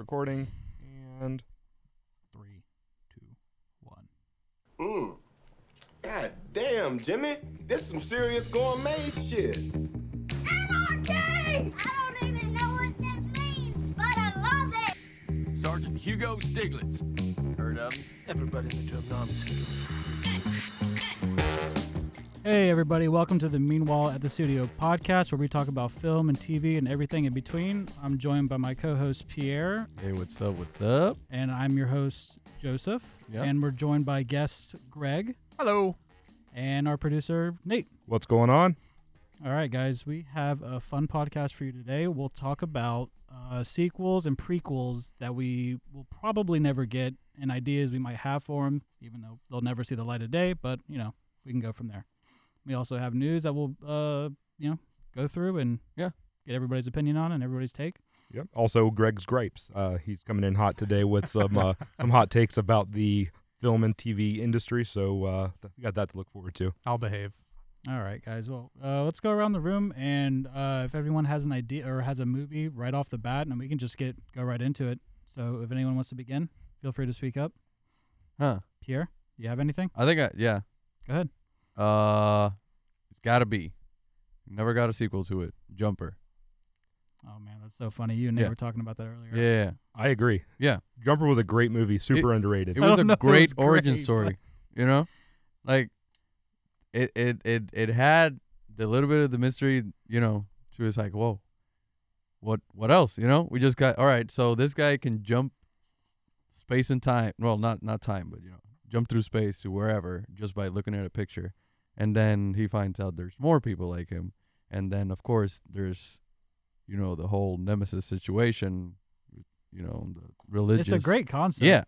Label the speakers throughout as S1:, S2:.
S1: recording and
S2: Three, two, one.
S3: Mm. God damn, Jimmy. This some serious gourmet shit.
S4: Anarchy! I don't even know what that means, but I love it!
S5: Sergeant Hugo Stiglitz. Heard of him?
S6: Everybody in the German army's good.
S2: Hey, everybody, welcome to the Meanwhile at the Studio podcast where we talk about film and TV and everything in between. I'm joined by my co host, Pierre,
S7: Hey, what's up? What's up?
S2: and I'm your host, Joseph.
S7: Yeah.
S2: And we're joined by guest Greg
S7: Hello.
S2: and our producer, Nate.
S1: what's going on?
S2: All right, guys, we have a fun podcast for you today. We'll talk about uh, sequels and prequels that we will probably never get and ideas we might have for them, even though they'll never see the light of day, but, you know, we can go from there. We also have news that we'll, uh, you know, go through and
S7: Yeah.
S2: get everybody's opinion on and everybody's take.
S1: Yep. Also, Greg's gripes. Uh, he's coming in hot today with some uh, some hot takes about the film and TV industry. So uh, th- we got that to look forward to.
S8: I'll behave.
S2: All right, guys. Well, uh, let's go around the room, and uh, if everyone has an idea or has a movie right off the bat, and we can just get go right into it. So, if anyone wants to begin, feel free to speak up.
S7: Huh.
S2: Pierre, you have anything?
S7: I think I yeah.
S2: Go ahead.
S7: Uh, it's gotta be. Never got a sequel to it. Jumper.
S2: Oh man, that's so funny. You and Nate
S7: Yeah.
S2: were talking about that earlier.
S7: Yeah.
S1: I agree.
S7: Yeah.
S1: Jumper was a great movie. Super underrated.
S7: It was a
S2: don't know if it was
S7: great origin
S2: great,
S7: story. You know, like it it it it had the little bit of the mystery. You know, to it's like whoa, what what else? You know, we just got all right. So this guy can jump space and time. Well, not not time, but you know, jump through space to wherever just by looking at a picture, and then he finds out there's more people like him, and then of course there's, you know, the whole nemesis situation. You know, the religious.
S2: it's a great concept.
S7: Yeah,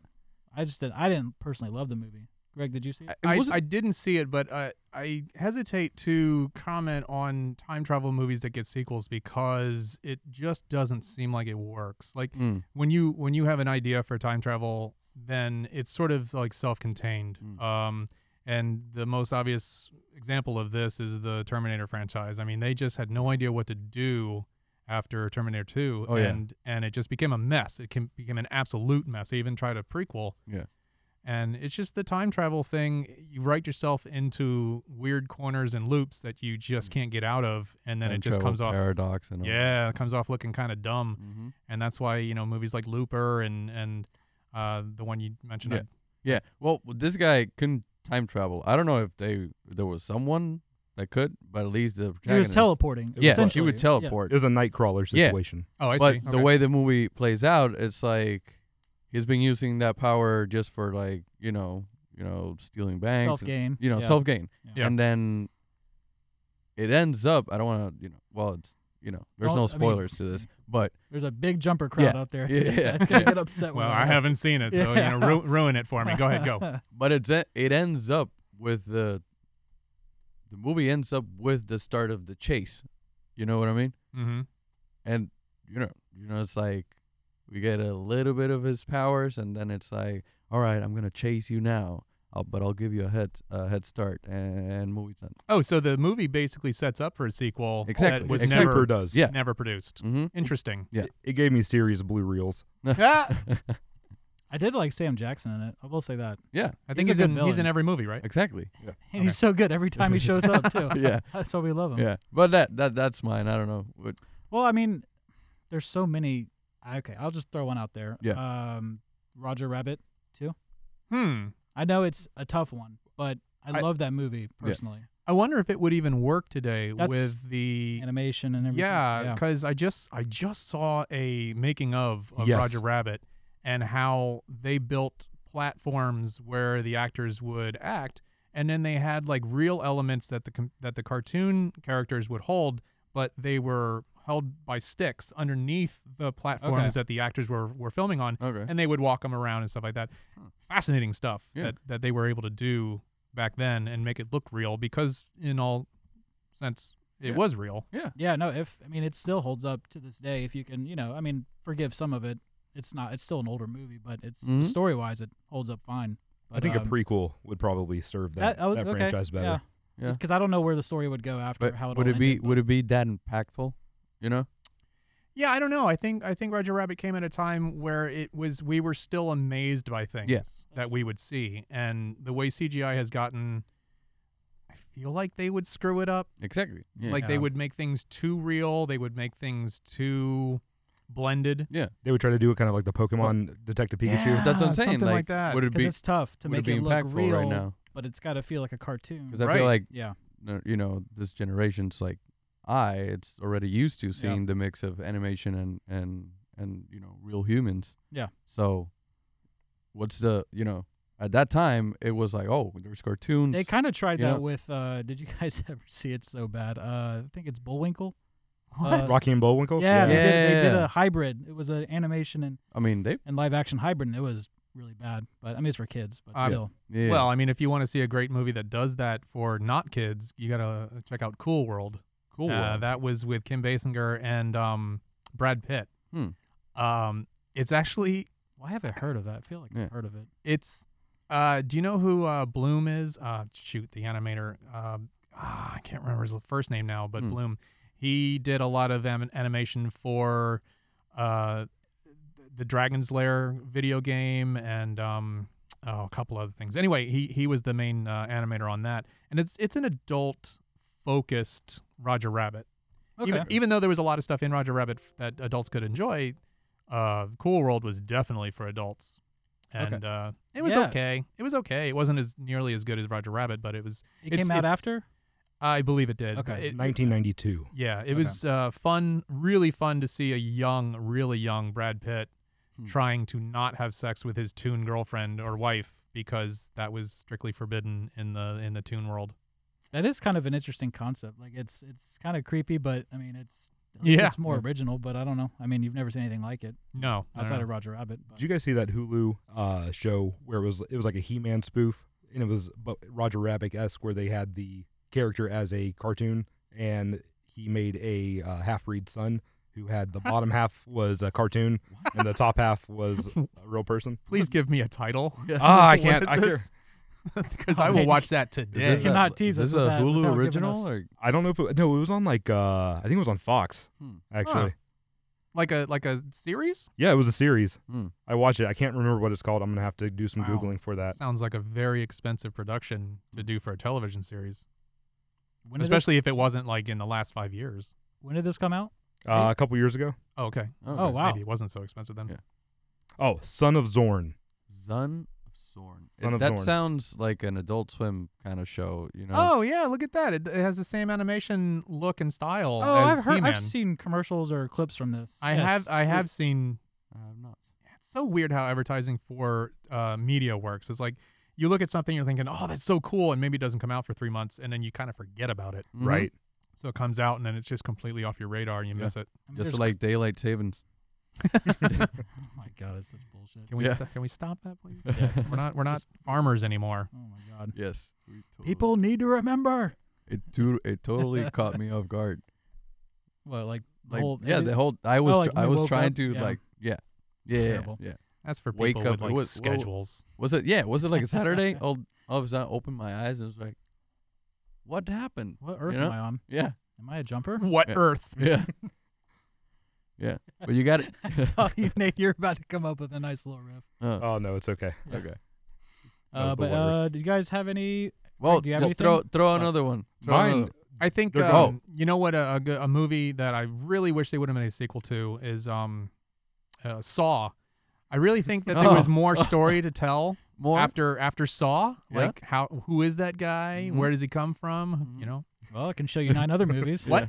S2: I just did. I didn't personally love the movie. Greg, did you see it?
S8: I,
S7: wasn't-
S8: I didn't see it, but uh, I hesitate to comment on time travel movies that get sequels because it just doesn't seem like it works. Like
S7: Mm.
S8: when you when you have an idea for time travel, then it's sort of like self-contained.
S7: Mm.
S8: Um, and the most obvious example of this is the Terminator franchise. I mean, they just had no idea what to do after Terminator 2
S7: Oh, yeah.
S8: and and it just became a mess. It can, became an absolute mess. They even tried a prequel.
S7: Yeah.
S8: And it's just the time travel thing. You write yourself into weird corners and loops that you just can't get out of, and
S7: Hmm.
S8: then
S7: Time
S8: it just
S7: travel
S8: comes off.
S7: paradox and all.
S8: Yeah, it comes off looking kind of dumb,
S7: Mhm.
S8: and that's why you know movies like Looper and and uh, the one you mentioned.
S7: Yeah. yeah. Well, this guy couldn't time travel. I don't know if they there was someone that could, but at least the
S2: He was
S7: protagonist-
S2: teleporting.
S7: Yeah, he
S2: essentially.
S7: would teleport.
S1: It was a Nightcrawler
S7: Yeah.
S1: situation.
S8: I, oh, I
S7: but
S8: see.
S7: the
S8: Okay.
S7: way the movie plays out, it's like he's been using that power just for like you know you know stealing banks, and-
S2: Self-gain.
S7: you know
S2: Yeah.
S7: self gain,
S2: Yeah.
S7: and then it ends up. I don't want to you know. Well, it's you know there's
S2: Well,
S7: no
S2: I mean-
S7: spoilers to this, but
S2: Yeah. There's a big jumper crowd
S7: Yeah.
S2: out there.
S7: Yeah, yeah,
S2: They
S7: yeah.
S2: get upset.
S8: well,
S2: when
S8: I
S2: was-
S8: haven't seen it, so you know, ru- ruin it for me. Go ahead, go.
S7: but it's e- it ends up with the the movie ends up with the start of the chase. You know what I mean?
S8: Mm-hmm.
S7: And you know, you know, it's like we get a little bit of his powers, and then it's like, all right, I'm gonna chase you now, I'll, but I'll give you a head a head start, and movie's done.
S8: Oh, so the movie basically sets up for a sequel
S7: Exactly.
S8: that was
S1: It
S7: Exactly.
S1: super
S8: never
S1: does.
S7: Yeah.
S8: never produced.
S7: Mm-hmm.
S8: Interesting.
S7: Yeah.
S1: It, it gave me serious blue reels.
S8: ah,
S2: I did like Sam Jackson in it. I will say that.
S7: yeah,
S8: I think
S2: a
S8: he's,
S2: good
S8: in he's in
S2: villain.
S8: every movie, right?
S7: exactly.
S2: And he's so good every time he shows up too.
S7: Yeah,
S2: That's why we love him.
S7: yeah. But that that that's mine. I don't know. What,
S2: Well, I mean, there's so many. Okay, I'll just throw one out there. Yeah. Um, Roger Rabbit.
S8: Hmm.
S2: I know it's a tough one, but I,
S8: I-
S2: love that movie personally.
S8: I wonder if it would even work today with the
S2: Animation and everything.
S8: yeah, because I just I just saw a making of of
S1: Yes.
S8: Roger Rabbit and how they built platforms where the actors would act, and then they had like real elements that the com- that the cartoon characters would hold, but they were held by sticks underneath the platforms
S2: Okay.
S8: that the actors were were filming on,
S7: okay.
S8: and they would walk them around and stuff like that. Fascinating stuff
S7: Yeah.
S8: that that they were able to do back then and make it look real because in all sense it
S7: Yeah.
S8: was real.
S2: Yeah, no, if I mean it still holds up to this day if you can, you know, I mean, forgive some of it. It's not it's still an older movie, but it's
S7: Mhm.
S2: story wise it holds up fine. But,
S1: I think
S2: um,
S1: a prequel would probably serve that,
S2: I
S1: that,
S2: would- okay,
S1: franchise better.
S2: Yeah.
S7: Yeah.
S2: Because I don't know where the story would go after
S7: But
S2: how it
S7: would
S2: all
S7: it be
S2: ended, but-
S7: would it be that impactful? You know?
S8: Yeah, I don't know. I think I think Roger Rabbit came at a time where it was we were still amazed by things
S7: Yes.
S8: that we would see, and the way CGI has gotten, I feel like they would screw it up.
S7: Exactly. Yeah.
S8: Like they
S2: Yeah.
S8: would make things too real. They would make things too blended.
S1: They would try to do it kind of like the Pokemon Detective Pikachu.
S8: Yeah.
S7: that's what I'm saying.
S8: something like that.
S7: Would it
S2: because
S7: be
S2: it's tough to
S7: would
S2: make
S7: it be
S2: it look
S7: impactful
S2: real,
S7: right now?
S2: but it's got to feel like a cartoon.
S7: Because I feel
S8: Right.
S7: like
S2: yeah,
S7: uh, you know this generation's like I it's already used to seeing the mix of animation and and and you know real humans.
S2: Yeah.
S7: So what's the you know at that time it was like oh there's cartoons.
S2: they kind of tried
S7: you
S2: that
S7: know-
S2: with. uh Did you guys ever see it so bad? Uh I think it's Bullwinkle.
S8: What?
S2: Uh,
S1: Rocky and Bullwinkle.
S2: yeah, They, did, they did
S7: Yeah.
S2: a hybrid. It was an animation and,
S7: I mean they
S2: and live action hybrid, and it was really bad. But I mean, it's for kids, but
S8: Um,
S2: still.
S7: yeah.
S8: Well, I mean, if you want to see a great movie that does that for not kids, you gotta check out Cool World.
S7: cool.
S8: Uh, that was with Kim Basinger and um, Brad Pitt.
S7: Hmm.
S8: Um, it's actually
S2: Well, I haven't heard of that. I feel like
S7: Yeah.
S2: I've heard of it.
S8: it's. Uh, do you know who uh, Bloom is? Uh, shoot, the animator. Um ah, I can't remember his first name now, but
S7: Hmm.
S8: Bloom. He did a lot of am- animation for uh, the Dragon's Lair video game and um, oh, a couple other things. Anyway, he he was the main uh, animator on that, and it's it's an adult focused Roger Rabbit.
S2: Okay.
S8: Even, even though there was a lot of stuff in Roger Rabbit f- that adults could enjoy, uh, Cool World was definitely for adults, and uh, it was
S2: Yeah.
S8: okay. It was okay. It wasn't as nearly as good as Roger Rabbit, but it was.
S2: it
S8: it's-
S2: came out
S8: it's-
S2: after.
S8: I believe it did.
S2: Okay.
S8: It-
S1: 1992.
S8: yeah, it was uh, fun, really fun to see a young, really young Brad Pitt
S2: Hmm.
S8: trying to not have sex with his Toon girlfriend or wife because that was strictly forbidden in the in the Toon world.
S2: That is kind of an interesting concept. Like it's it's kind of creepy, but I mean it's at least
S8: Yeah.
S2: it's more original. But I don't know. I mean, you've never seen anything like it
S8: No, I don't
S2: outside
S8: know.
S2: of Roger Rabbit. But.
S1: Did you guys see that Hulu uh, show where it was it was like a He-Man spoof and it was but Roger Rabbit esque where they had the character as a cartoon and he made a uh, half breed son who had the bottom half was a cartoon and the top half was a real person.
S8: Please give me a title.
S1: Ah, I
S8: What
S1: can't.
S8: is
S1: I, can't-
S8: this? Oh, because I will watch that today.
S2: this You a- cannot tease
S7: is
S2: us
S7: this
S2: with
S7: a
S2: that without
S7: Hulu
S2: giving
S7: original?
S2: us-
S7: Or,
S1: I don't know if it, no, it was on like uh, I think it was on Fox
S7: Hmm.
S1: actually.
S8: Huh. like a like a series?
S1: Yeah, it was a series.
S7: Hmm.
S1: I watched it. I can't remember what it's called. I'm gonna have to do some
S8: Wow.
S1: googling for that.
S8: Sounds like a very expensive production to do for a television series,
S2: when did this,
S8: especially if it wasn't like in the last five years.
S2: when did this come out?
S1: Uh, a couple years ago.
S8: Oh, okay,
S2: Oh wow.
S8: maybe it wasn't so expensive then.
S7: Yeah.
S1: Oh, Son of Zorn.
S7: Zun of Zorn.
S1: Son
S7: It-
S1: of
S7: that
S1: Zorn.
S7: sounds like an Adult Swim kind of show. You know.
S8: Oh yeah, look at that! It, it has the same animation look and style.
S2: Oh,
S8: as
S2: I've heard.
S8: He-Man.
S2: I've seen commercials or clips from this.
S8: I
S2: Yes.
S8: have. I have seen.
S7: I'm not.
S8: It's so weird how advertising for uh, media works. It's like you look at something, you're thinking, "Oh, that's so cool," and maybe it doesn't come out for three months, and then you kind of forget about it.
S7: Mhm.
S1: Right.
S8: So it comes out, and then it's just completely off your radar, and you
S7: Yeah.
S8: miss it.
S2: I mean,
S7: Mm-hmm. Just
S2: there's-
S7: like daylight savings.
S2: Oh my god, it's such bullshit.
S8: Can we
S7: Yeah.
S8: st- can we stop that, please? We're not we're not farmers anymore.
S2: Oh my god.
S7: Yes.
S2: People need to remember.
S7: It to, it totally caught me off guard.
S2: Well, like, the
S7: Like
S2: whole, oh,
S7: yeah, the whole I was
S2: like
S7: tr-
S2: when
S7: I
S2: we
S7: was
S2: woke
S7: trying
S2: up,
S7: to
S2: yeah.
S7: like yeah yeah yeah,
S2: Terrible.
S7: yeah.
S8: That's for people
S7: Wake up-
S8: with like
S7: what- what-
S8: schedules.
S7: Was it yeah? Was it like a Saturday? all all of a sudden, I opened my eyes and was like, what happened?
S2: what earth
S7: you know?
S2: am I on?
S7: Yeah
S2: Am I a jumper?
S8: What
S7: Yeah.
S8: earth?
S7: yeah yeah. But you got it.
S2: I saw you, Nate. You're about to come up with a nice little riff.
S7: Uh,
S1: Oh no, it's okay.
S7: okay.
S2: Uh,
S1: the
S2: but
S1: word.
S2: uh, did you guys have any?
S7: Well,
S2: do you have
S7: just throw
S2: anything?
S7: throw another one. Throw
S1: Mine-
S7: another-
S8: I think
S1: They're
S8: um, you know what a, a go- a movie that I really wish they would have made a sequel to is um uh, Saw. I really think that there was
S7: Oh.
S8: more story to tell
S7: more.
S8: after after Saw.
S7: Yeah.
S8: Like how who is that guy?
S7: Mhm.
S8: Where does he come from? You
S7: Mhm.
S8: know.
S2: Well, I can show you nine other movies.
S8: What?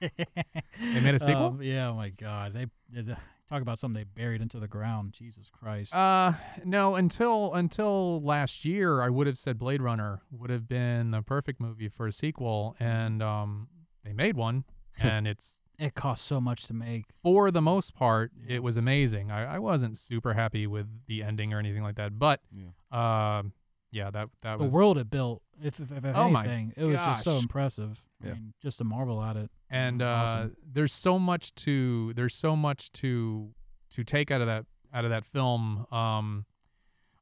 S2: they
S8: made a sequel?
S2: yeah. Oh my God. They, they- they- talk about something they buried into the ground. Jesus Christ.
S8: Uh no, until until last year I would have said Blade Runner would have been the perfect movie for a sequel and um they made one and it's
S2: it costs so much to make.
S8: for the most part, it was amazing. I, I wasn't super happy with the ending or anything like that, but
S7: Yeah.
S8: yeah, yeah that that
S2: The
S8: was
S2: world it built, if if, if
S8: Oh my
S2: anything, it was just so
S8: gosh.
S2: impressive. I
S7: Yeah.
S2: mean, just to marvel at it.
S8: And uh,
S2: Awesome.
S8: there's so much to there's so much to to take out of that out of that film. Um,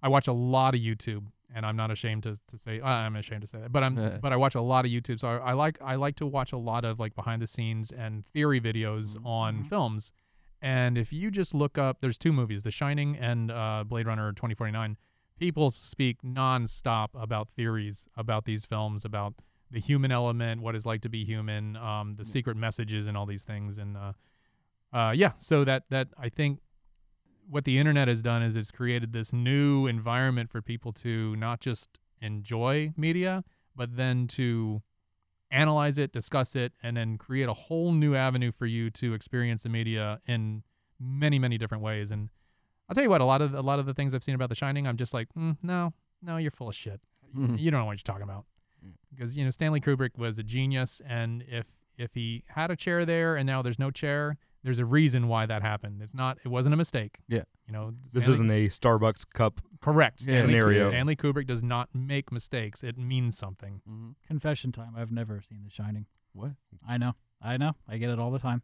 S8: I watch a lot of YouTube, and I'm not ashamed to, to say I'm ashamed to say that, but I'm but I watch a lot of YouTube. So I, I like I like to watch a lot of like behind the scenes and theory videos on films. And if you just look up, there's two movies, The Shining and uh, Blade Runner 2049. People speak nonstop about theories about these films, about the human element, what it's like to be human, um, the secret messages, and all these things. And uh, uh, yeah, so that that I think what the internet has done is it's created this new environment for people to not just enjoy media, but then to analyze it, discuss it, and then create a whole new avenue for you to experience the media in many, many different ways. And I'll tell you what, a lot of a lot of the things I've seen about The Shining, I'm just like, mm, no, no, you're full of shit.
S7: Mhm.
S8: You don't know what you're talking about, because you know Stanley Kubrick was a genius, and if if he had a chair there and now there's no chair, there's a reason why that happened. It's not, it wasn't a mistake.
S7: Yeah.
S8: you know,
S1: This
S8: Stanley-
S1: isn't a Starbucks cup.
S8: correct
S7: Yeah,
S8: Stanley
S1: scenario.
S8: Kubrick, Stanley Kubrick does not make mistakes. It means something.
S2: Mm-hmm.
S7: Mhm.
S2: Confession time. I've never seen The Shining.
S7: What?
S2: I know. I know. I get it all the time.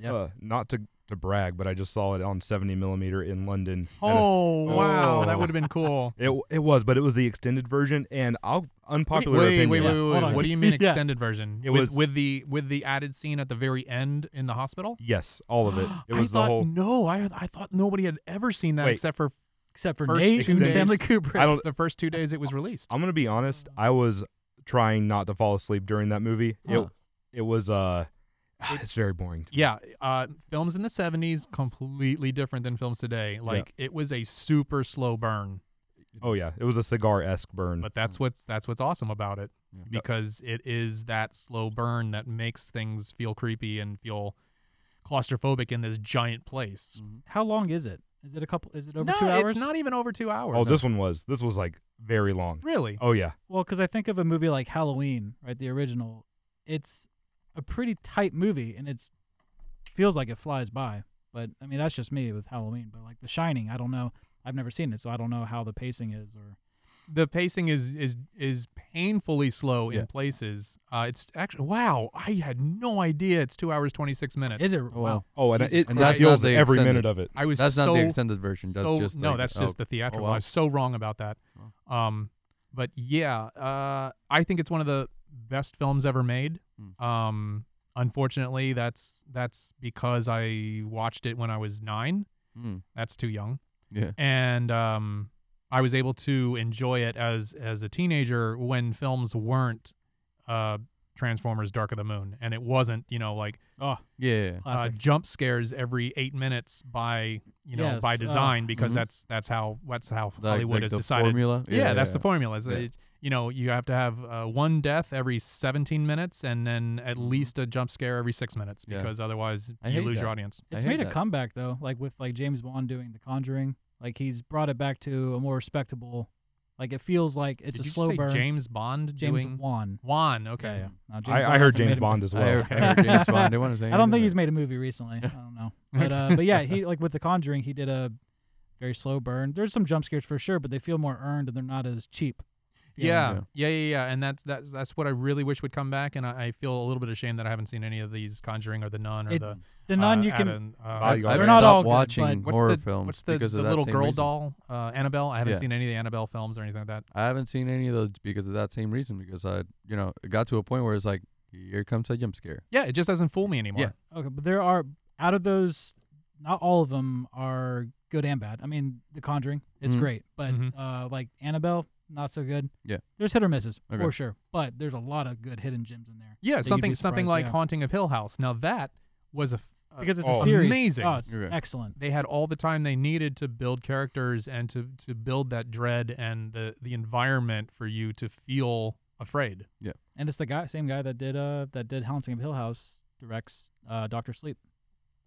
S2: Yep.
S1: Uh, not to to brag, but I just saw it on 70 millimeter in London. at a-
S8: Oh wow, that
S1: Oh.
S8: would have been cool.
S1: It it was, but it was the extended version, and I'll unpopular
S8: wait,
S1: opinion.
S8: wait, wait,
S2: Yeah,
S8: wait,
S2: hold
S8: wait.
S2: on.
S8: What do you mean
S2: Yeah.
S8: extended version?
S1: It
S8: with,
S1: was-
S8: with the with the added scene at the very end in the hospital.
S1: Yes, all of it. It was
S8: I thought,
S1: the whole.
S8: No, I I thought nobody had ever seen that
S1: Wait.
S8: except for
S2: Except for
S8: First
S2: Nate
S8: two
S2: and
S8: days.
S2: Stanley Kubrick.
S1: I don't.
S8: the first two days it was released.
S1: I'm gonna be honest. I was trying not to fall asleep during that movie.
S7: Huh.
S1: It it was uh, it's,
S8: It's-
S1: very boring. to me.
S8: Yeah, uh, films in the '70s completely different than films today. Like it was a super slow burn,
S1: Oh yeah, it was a cigar esque burn.
S8: but that's what's that's what's awesome about it
S7: Yeah.
S8: because it is that slow burn that makes things feel creepy and feel claustrophobic in this giant place.
S1: Mm.
S2: How long is it? Is it a couple? Is it over
S8: no,
S2: two hours?
S8: it's not even over two hours.
S1: oh, this one was. This was like very long.
S8: really?
S1: Oh yeah,
S2: Well, because I think of a movie like Halloween, right? The original. It's a pretty tight movie, and it's feels like it flies by. But I mean, that's just me with Halloween. But like The Shining, I don't know. I've never seen it, so I don't know how the pacing is. Or
S8: The pacing is is is painfully slow in places. Uh, it's actually wow, I had no idea. It's two hours twenty six minutes.
S2: is it?
S7: Oh,
S2: wow.
S7: wow.
S1: Oh, and
S7: Jesus
S1: it,
S7: Christ.
S1: it
S7: That's not
S1: feels
S7: the
S1: every
S7: extended-
S1: minute of it.
S8: I was
S7: That's
S8: so
S7: not the extended version. That's
S8: so-
S7: just
S8: no,
S7: like-
S8: that's
S7: oh,
S8: just the theatrical.
S7: wow. Oh.
S8: I was so wrong about that. Um, but yeah, uh, I think it's one of the best films ever made.
S7: Mm.
S8: Um, unfortunately, that's that's because I watched it when I was nine.
S7: Mm.
S8: That's too young.
S7: Yeah.
S8: and um, I was able to enjoy it as as a teenager when films weren't uh, Transformers: Dark of the Moon, and it wasn't you know like
S7: Yeah.
S8: uh,
S2: Classic.
S8: jump scares every eight minutes by you know by
S2: Yes, uh,
S8: design because
S7: Mhm.
S8: that's that's how that's how
S7: Like-
S8: Hollywood
S7: like
S8: has
S7: the
S8: decided.
S7: formula.
S8: Yeah, that's the formula. It's,
S7: Yeah.
S8: it's- you know, you have to have uh, one death every 17 minutes, and then at least a jump scare every six minutes,
S7: Mm-hmm. Yeah.
S8: because otherwise
S7: I
S8: you
S7: hate
S8: lose your
S7: that.
S8: audience.
S7: I
S2: It's
S7: hate
S2: made a
S7: that.
S2: comeback though, like with like James Bond doing The Conjuring. Like he's brought it back to a more respectable. Like it feels like it's
S8: Did
S2: a
S8: you just
S2: slow
S8: say
S2: burn.
S8: James Bond
S2: James
S8: doing
S2: Wan.
S8: Juan. Okay,
S2: Yeah, yeah. No, James
S1: I,
S2: Bond
S1: I heard
S2: hasn't made
S1: James
S2: a-
S1: Bond as
S7: I
S1: well.
S7: heard, I heard James Bond. They want to say
S2: I don't think he's made a movie recently. I don't know. But uh, but yeah, he like with the Conjuring, he did a very slow burn. There's some jump scares for sure, but they feel more earned and they're not as cheap. feeling.
S8: Yeah, yeah, yeah, yeah, and that's that's that's what I really wish would come back, and I, I feel a little bit ashamed that I haven't seen any of these Conjuring or the Nun or
S2: It-
S8: the
S2: The nun
S8: uh,
S2: you can
S8: Adam, uh,
S1: Body Guard.
S7: I've
S1: They're
S2: not
S7: stopped
S2: all good,
S7: watching
S2: but-
S8: what's
S7: horror
S8: the
S7: films
S8: what's the,
S7: because
S8: the
S7: of that
S8: little
S7: same
S8: girl
S7: reason.
S8: doll uh, Annabelle? I haven't
S7: Yeah.
S8: seen any of the Annabelle films or anything like that.
S7: I haven't seen any of those because of that same reason. Because I, you know, it got to a point where it's like, here comes a jump scare.
S8: Yeah, it just doesn't fool me anymore.
S7: Yeah.
S2: okay, but there are out of those, not all of them are good and bad. I mean, The Conjuring, it's
S7: Mhm.
S2: great, but
S8: Mhm.
S2: uh, like Annabelle, not so good.
S7: Yeah.
S2: there's hit or misses
S7: Okay.
S2: for sure, but there's a lot of good hidden gems in there.
S8: Yeah,
S2: you'd be
S8: something something
S2: surprised,
S8: like
S2: yeah.
S8: Haunting of Hill House. Now that was a f- uh,
S2: Because it's
S1: Oh.
S2: a series,
S8: amazing.
S2: Oh, it's
S7: Okay.
S2: excellent.
S8: they had all the time they needed to build characters and to to build that dread and the the environment for you to feel afraid.
S2: And it's the guy, same guy that did uh that did Haunting of Hill House directs uh Doctor Sleep,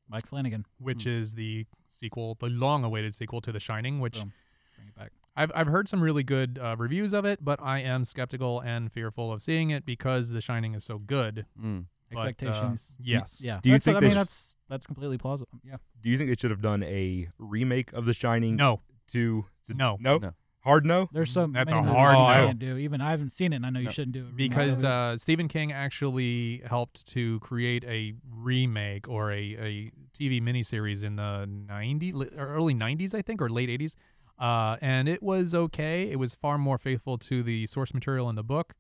S2: Mike Flanagan.
S8: which
S7: Hmm.
S8: is the sequel, the long-awaited sequel to The Shining, which
S2: Boom. Bring it back.
S8: I've I've heard some really good uh, reviews of it, but I am skeptical and fearful of seeing it because The Shining is so good.
S7: Mm.
S8: But, uh,
S2: Expectations.
S8: yes.
S2: Yeah.
S1: Do you
S2: that's,
S1: think
S2: I
S1: they
S2: mean
S1: sh-
S2: that's that's completely plausible. Yeah.
S1: Do you think they should have done a remake of The Shining?
S8: No.
S1: To, to
S8: No.
S1: no,
S7: No.
S1: hard no.
S2: There's so
S8: Mm-hmm. That's
S2: many
S8: a
S2: movies
S8: hard
S2: you
S8: no.
S2: can't do. Even I haven't seen it and I know you
S7: No.
S2: shouldn't do it.
S8: Because
S2: No.
S8: uh, Stephen King actually helped to create a remake or a, a TV miniseries in the 90s, li- or early 90s, I think, or late 80s. Uh, and it was okay. It was far more faithful to the source material in the book.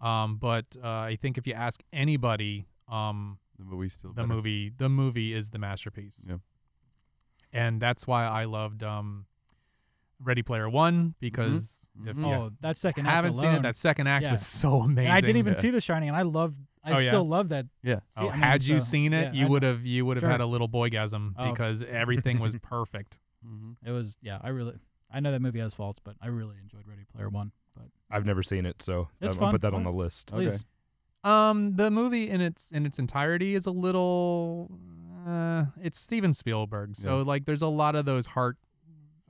S8: Um, but uh, I think if you ask anybody, um,
S7: The movie still
S8: the
S7: better.
S8: movie the movie is the masterpiece
S7: Yeah.
S8: and that's why I loved um, Ready Player One because if
S7: Mhm.
S8: you
S2: Oh, that second act
S8: haven't seen
S2: alone.
S8: it, that second act
S2: Yeah.
S8: was so amazing.
S2: And I didn't even
S8: Yeah.
S2: see The Shining, and I love. I
S8: Oh, yeah?
S2: still love that.
S7: Yeah.
S2: see-
S8: oh,
S2: I mean,
S8: had you
S2: so-
S8: seen it,
S2: yeah, I
S8: you
S2: know.
S8: would have you would have
S2: Sure.
S8: had a little boygasm
S2: Oh.
S8: because everything was perfect.
S7: Mhm.
S2: It was. Yeah, I really. I know that movie has faults, but I really enjoyed Ready Player One. But
S1: I've never seen it, so
S2: It's
S1: I'll- I'll
S2: fun.
S1: put that on
S2: Fun.
S1: the list.
S7: Okay.
S2: please,
S8: Um, the movie in its in its entirety is a little. Uh, it's Steven Spielberg, so like there's a lot of those heart,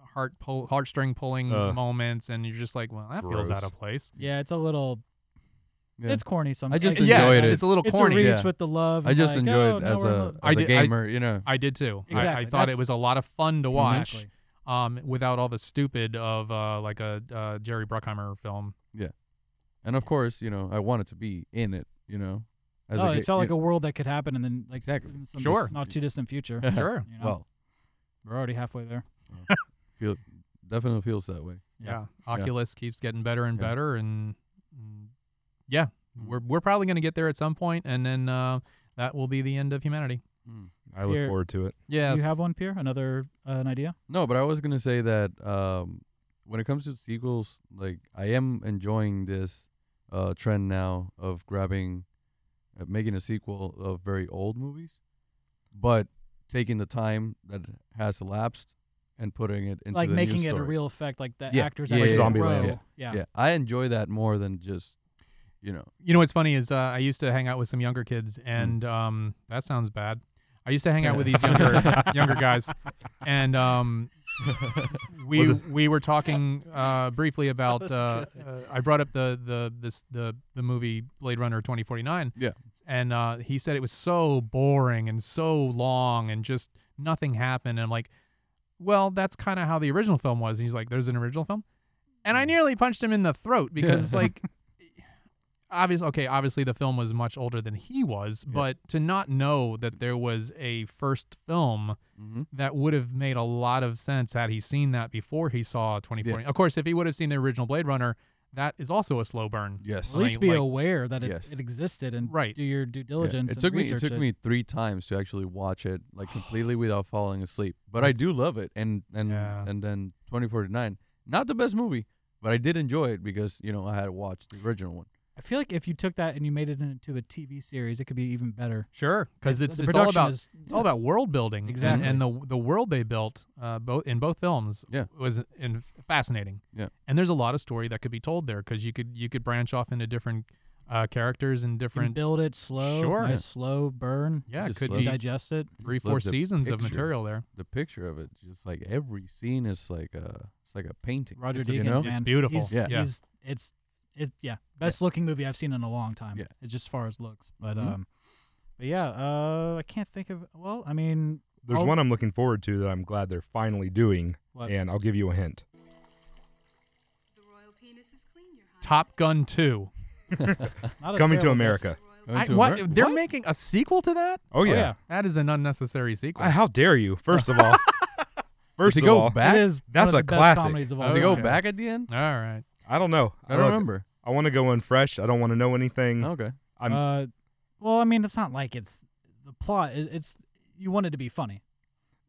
S8: heart pull, heartstring pulling
S1: Uh,
S8: moments, and you're just like, well, that feels out
S1: gross.
S8: of place.
S2: yeah, it's a little.
S7: Yeah.
S2: It's corny. Sometimes
S7: I just
S2: like,
S8: yeah,
S7: enjoyed
S8: it's,
S7: it.
S8: it's a little
S2: It's
S8: corny.
S2: a reach
S7: yeah.
S2: with the love.
S7: I
S2: and
S7: just
S2: like,
S7: enjoyed
S2: oh,
S7: it
S2: no,
S7: as
S2: we're
S7: a
S2: not-
S8: I
S7: as a
S8: did- I-
S7: gamer, you know.
S8: I did too. I- I,
S2: Exactly,
S8: thought it
S2: that's-
S8: was a lot of fun to watch.
S2: Exactly.
S8: Um, without all the stupid of uh, like a uh, Jerry Bruckheimer film.
S7: And of course, you know, I wanted to be in it, you know. As
S2: oh,
S7: a
S2: it felt like a world that could happen, and then like
S7: Exactly.
S2: in some
S8: Sure.
S2: dis- not too distant future.
S7: Yeah.
S8: Sure.
S2: You know,
S7: well,
S2: we're already halfway there.
S7: feel definitely feels that way.
S8: Yeah.
S2: Yeah.
S8: Oculus keeps getting better and
S7: Yeah.
S8: better and mm, yeah,
S2: Mm.
S8: we're we're probably going to get there at some point and then uh, that will be the end of humanity.
S1: I look
S2: Here.
S1: forward to it.
S8: Yes.
S2: You have one, Pierre? Another uh, an idea?
S7: No, but I was gonna say that um, when it comes to sequels, like I am enjoying this uh, trend now of grabbing, uh, making a sequel of very old movies, but taking the time that has elapsed and putting it into
S2: like
S7: the new
S2: making it a
S7: story.
S2: real effect, like the
S7: Yeah,
S2: actors
S7: yeah,
S2: actually
S1: yeah, yeah.
S2: grow.
S1: Zombieland.
S2: Yeah.
S7: yeah, I enjoy that more than just, you know,
S8: You know what's funny is uh, I used to hang out with some younger
S2: Mm.
S8: kids and um, that sounds bad. I used to hang out with these younger younger guys and um, we we were talking uh, briefly about uh, uh, I brought up the the this the the movie Blade Runner 2049
S7: yeah,
S8: and uh, he said it was so boring and so long and just nothing happened. And I'm like, well, that's kind of how the original film was. And he's like, there's an original film, and I nearly punched him in the throat because it's like, obviously, okay, obviously the film was much older than he was, but to not know that there was a first film
S7: Mhm.
S8: that would have made a lot of sense had he seen that before he saw 2040. Of course, if he would have seen the original Blade Runner, that is also a slow burn.
S7: yes.
S2: At least
S8: Like-
S2: be
S8: like-
S2: aware that it,
S7: Yes.
S2: it existed and
S8: Right.
S2: do your due
S7: Yeah,
S2: diligence.
S7: It took
S2: and
S7: me it
S2: research
S7: took me three times to actually watch it like completely without falling asleep. But I do
S8: That's-
S7: love it, and and
S8: Yeah.
S7: and then 2049, not the best movie, but I did enjoy it because you know I had watched the original one.
S2: I feel like if you took that and you made it into a TV series, it could be even better.
S8: Sure, because
S2: The-
S8: it's,
S2: the
S8: it's all
S2: production
S8: about
S2: is-
S8: it's all about world building and-
S2: Exactly.
S8: and, the the world they built uh, both in both films
S7: Yeah.
S8: was in, fascinating
S7: Yeah.
S8: and there's a lot of story that could be told there because you could you could branch off into different uh, characters
S2: You
S8: and
S2: can
S8: different
S2: build it slow,
S8: Sure.
S2: nice slow burn.
S8: yeah it
S7: Just
S8: could
S7: love
S8: be
S7: it.
S2: digest it.
S8: three
S7: Just love
S8: four
S7: the
S8: seasons of
S7: picture.
S8: material there
S7: The picture of it, just like every scene is like a it's like a painting.
S2: Roger
S7: It's
S2: Deakins,
S7: you know?
S2: man,
S8: It's beautiful.
S2: He's,
S7: Yeah.
S8: Yeah.
S2: he's- it's it yeah best looking movie I've seen in a long time.
S7: Yeah.
S2: it's just as far as looks, but
S7: Mhm.
S2: um, but yeah, uh, I can't think of. Well, I mean,
S1: There's
S2: I'll-
S1: one I'm looking forward to that I'm glad they're finally doing,
S2: What?
S1: and I'll give you a hint.
S8: Top Gun two
S2: not a
S1: Coming to
S2: terrible guess.
S1: America.
S7: Going
S8: I-
S7: to
S8: what
S7: Amer-
S8: they're making a sequel to that
S1: Oh yeah.
S2: yeah.
S8: that is an unnecessary sequel
S1: Uh, How dare you? First of all,
S7: Does
S1: first
S7: he
S1: of
S7: go
S1: all,
S7: back?
S2: It is
S1: That's
S2: one
S1: a
S2: of the best
S1: classic.
S2: comedies of all
S7: Does he go
S2: time.
S7: back at the end?
S8: all right
S1: I don't know.
S7: I don't remember.
S1: I
S7: Oh,
S1: want to go in fresh. I don't want to know anything.
S7: Okay.
S1: I'm
S2: Uh, well, I mean, it's not like it's the plot. It, it's you want it to be funny.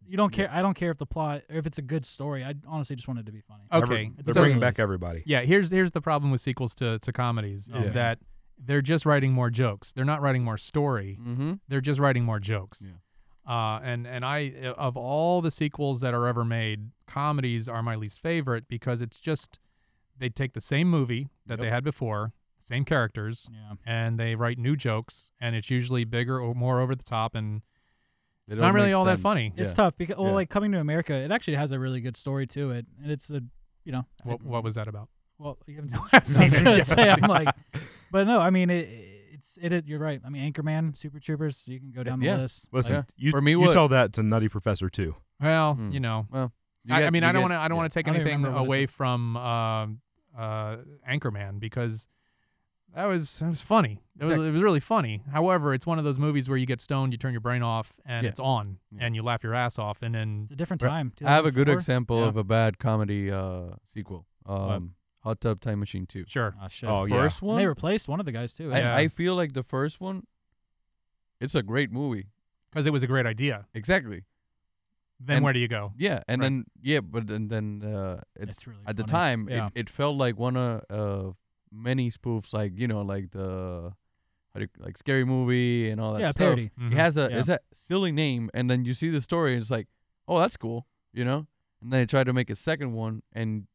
S2: You don't care. I don't care if the plot or if it's a good story. I honestly just want it to be funny.
S1: every-
S8: okay
S1: they're
S8: so-
S1: bringing back everybody.
S8: Yeah, here's here's the problem with sequels to, to comedies is
S7: Yeah.
S8: that they're just writing more jokes. They're not writing more story.
S7: Mm-hmm.
S8: They're just writing more jokes.
S7: Yeah.
S8: Uh, and and I of all the sequels that are ever made, comedies are my least favorite because it's just they take the same movie that they
S7: Yep.
S8: had before, same characters,
S2: Yeah.
S8: and they write new jokes, and it's usually bigger or more over the top and
S7: It
S8: not really all that funny.
S2: It's tough because well,
S7: Yeah.
S2: like coming to America, it actually has a really good story to it, and it's a you know I-
S8: What, what was that about?
S2: well you haven't I was gonna say I'm like, but no, I mean it. It's it, it. You're right. I mean Anchorman, Super Troopers. You can go down the
S7: yeah.
S2: list.
S1: Listen,
S7: Yeah.
S1: you,
S7: For me,
S1: you
S7: what-
S1: tell that to Nutty Professor too.
S8: Well,
S7: Hmm.
S8: you know,
S7: Well, you
S8: I, I
S7: get-
S8: mean,
S7: you
S8: I don't
S7: get-
S8: want to. I don't
S7: yeah.
S8: want to take
S2: I don't
S8: anything
S2: remember what it's
S8: away from uh, uh, Anchorman because that was that was funny. It was,
S7: Exactly.
S8: it was really funny. However, it's one of those movies where you get stoned, you turn your brain off, and
S7: Yeah.
S8: it's on,
S7: Yeah.
S8: and you laugh your ass off, and then
S2: It's a different
S7: Right.
S2: time.
S7: I have a good
S2: 2004?
S7: example
S2: Yeah.
S7: of a bad comedy uh, sequel. Um, Hot Tub Time Machine Two.
S8: sure,
S2: Oh shit.
S1: Oh,
S2: And
S1: yeah.
S7: First one,
S2: They replaced one of the guys too.
S7: I,
S8: Yeah.
S7: I feel like the first one, it's a great movie.
S8: because it was a great idea.
S7: Exactly.
S8: then
S7: And-
S8: where do you go?
S7: Yeah, and
S8: Right.
S7: then yeah, but then then uh, it's
S2: It's really
S7: at the
S2: funny.
S7: time
S8: Yeah.
S7: it, it felt like one of uh, many spoofs, like you know, like the how do you, like scary movie and all that
S2: Yeah,
S7: stuff.
S2: parody. Mm-hmm.
S8: Mhm.
S7: It has a
S2: Yeah.
S7: it's a silly name, and then you see the story, and it's like, oh, that's cool, you know. And then they tried to make a second one, and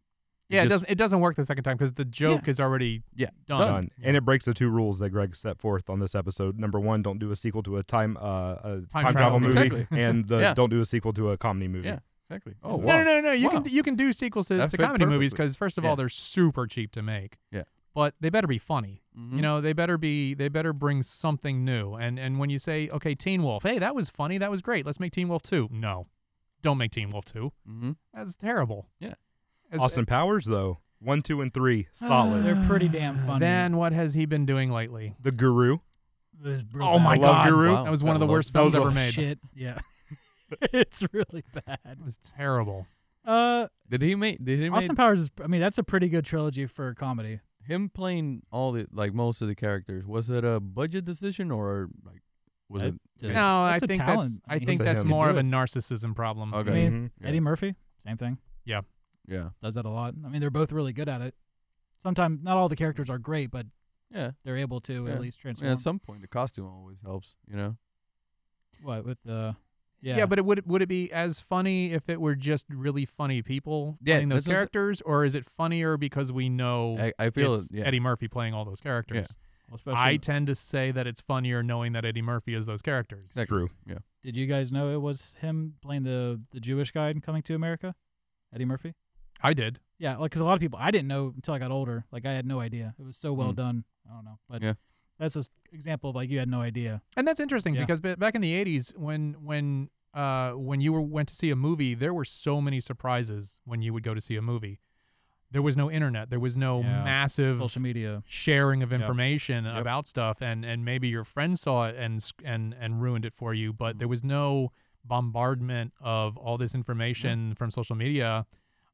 S8: Yeah, it
S7: just-
S8: doesn't it doesn't work the second time because the joke is already
S7: Yeah,
S8: done.
S1: Done. And it breaks the two rules that Greg set forth on this episode. Number one, don't do a sequel to a time uh, a time,
S8: travel
S1: travel
S8: movie.
S1: movie,
S7: Exactly.
S1: and the,
S7: Yeah.
S1: don't do a sequel to a comedy movie.
S7: Yeah. exactly. Oh,
S8: no,
S7: wow.
S8: no, no, no. You
S7: Wow.
S8: can you can do sequels to,
S7: That
S8: to
S7: fit
S8: comedy movies
S7: perfectly.
S8: because first of
S7: Yeah.
S8: all they're super cheap to make.
S7: Yeah.
S8: But they better be funny.
S7: Mhm.
S8: You know, they better be they better bring something new. And and when you say, okay, Teen Wolf, hey, that was funny, that was great. Let's make Teen Wolf two. No, don't make Teen Wolf two.
S7: Mhm.
S8: That's terrible.
S7: Yeah.
S8: As-
S1: Austin Powers though, one, two, and three, solid.
S2: They're pretty damn funny.
S8: Then what has he been doing lately?
S1: the Guru.
S2: This is
S8: Oh my
S1: I love
S8: God!
S1: Guru.
S7: Wow.
S8: That was one of
S7: I
S8: the
S7: love-
S8: worst
S1: that
S8: films
S1: was
S8: ever
S1: a-
S8: made.
S2: Shit. Yeah. it's really bad.
S8: It was terrible.
S2: Uh,
S7: Did he make? Did he make
S2: Austin Powers is. I mean, that's a pretty good trilogy for a comedy.
S7: him playing all the like most of the characters? Was it a budget decision or like was
S2: I
S7: it?
S2: just-
S8: No, I
S2: That's a
S8: think
S2: talent.
S8: that's
S2: I
S8: I
S2: mean,
S8: think
S1: that's
S8: that's
S1: him.
S8: more of
S2: Do
S8: a
S2: it.
S8: narcissism problem.
S7: Okay.
S2: I mean,
S8: Mm-hmm.
S1: Mhm.
S2: Eddie Murphy, same thing.
S7: Yeah.
S2: Does that a lot. I mean, they're both really good at it. Sometimes not all the characters are great, but
S7: Yeah.
S2: they're able to
S7: Yeah.
S2: at least
S7: I mean,
S2: transform.
S7: at some point, the costume always helps, you know.
S2: what with the yeah,
S8: Yeah. but it would would it be as funny if it were just really funny people
S7: Yeah,
S8: playing those
S7: that's what I'm sa-
S8: characters, or is it funnier because we know
S7: I, I feel
S8: it's
S7: it. Yeah.
S8: Eddie Murphy playing all those characters?
S2: especially
S8: I tend to say that it's funnier knowing that Eddie Murphy is those characters.
S7: Exactly.
S1: True.
S2: did you guys know it was him playing the the Jewish guy in Coming to America, Eddie Murphy?
S8: I did.
S2: Yeah, like because a lot of people I didn't know until I got older. Like I had no idea. It was so well
S8: Hmm.
S7: Mm.
S2: done. I don't know, but
S7: Yeah.
S2: that's an example of like you had no idea.
S8: And that's interesting
S2: Yeah.
S8: because ba- back in the '80s, when when uh, when you were, went to see a movie, there were so many surprises when you would go to see a movie. There was no internet. There was no
S2: Yeah.
S8: massive
S2: Social media.
S8: sharing of information
S7: Yep.
S8: about stuff and and maybe your friend saw it and s- and and ruined it for you
S7: Mm-hmm.
S8: but there was no bombardment of all this information from social media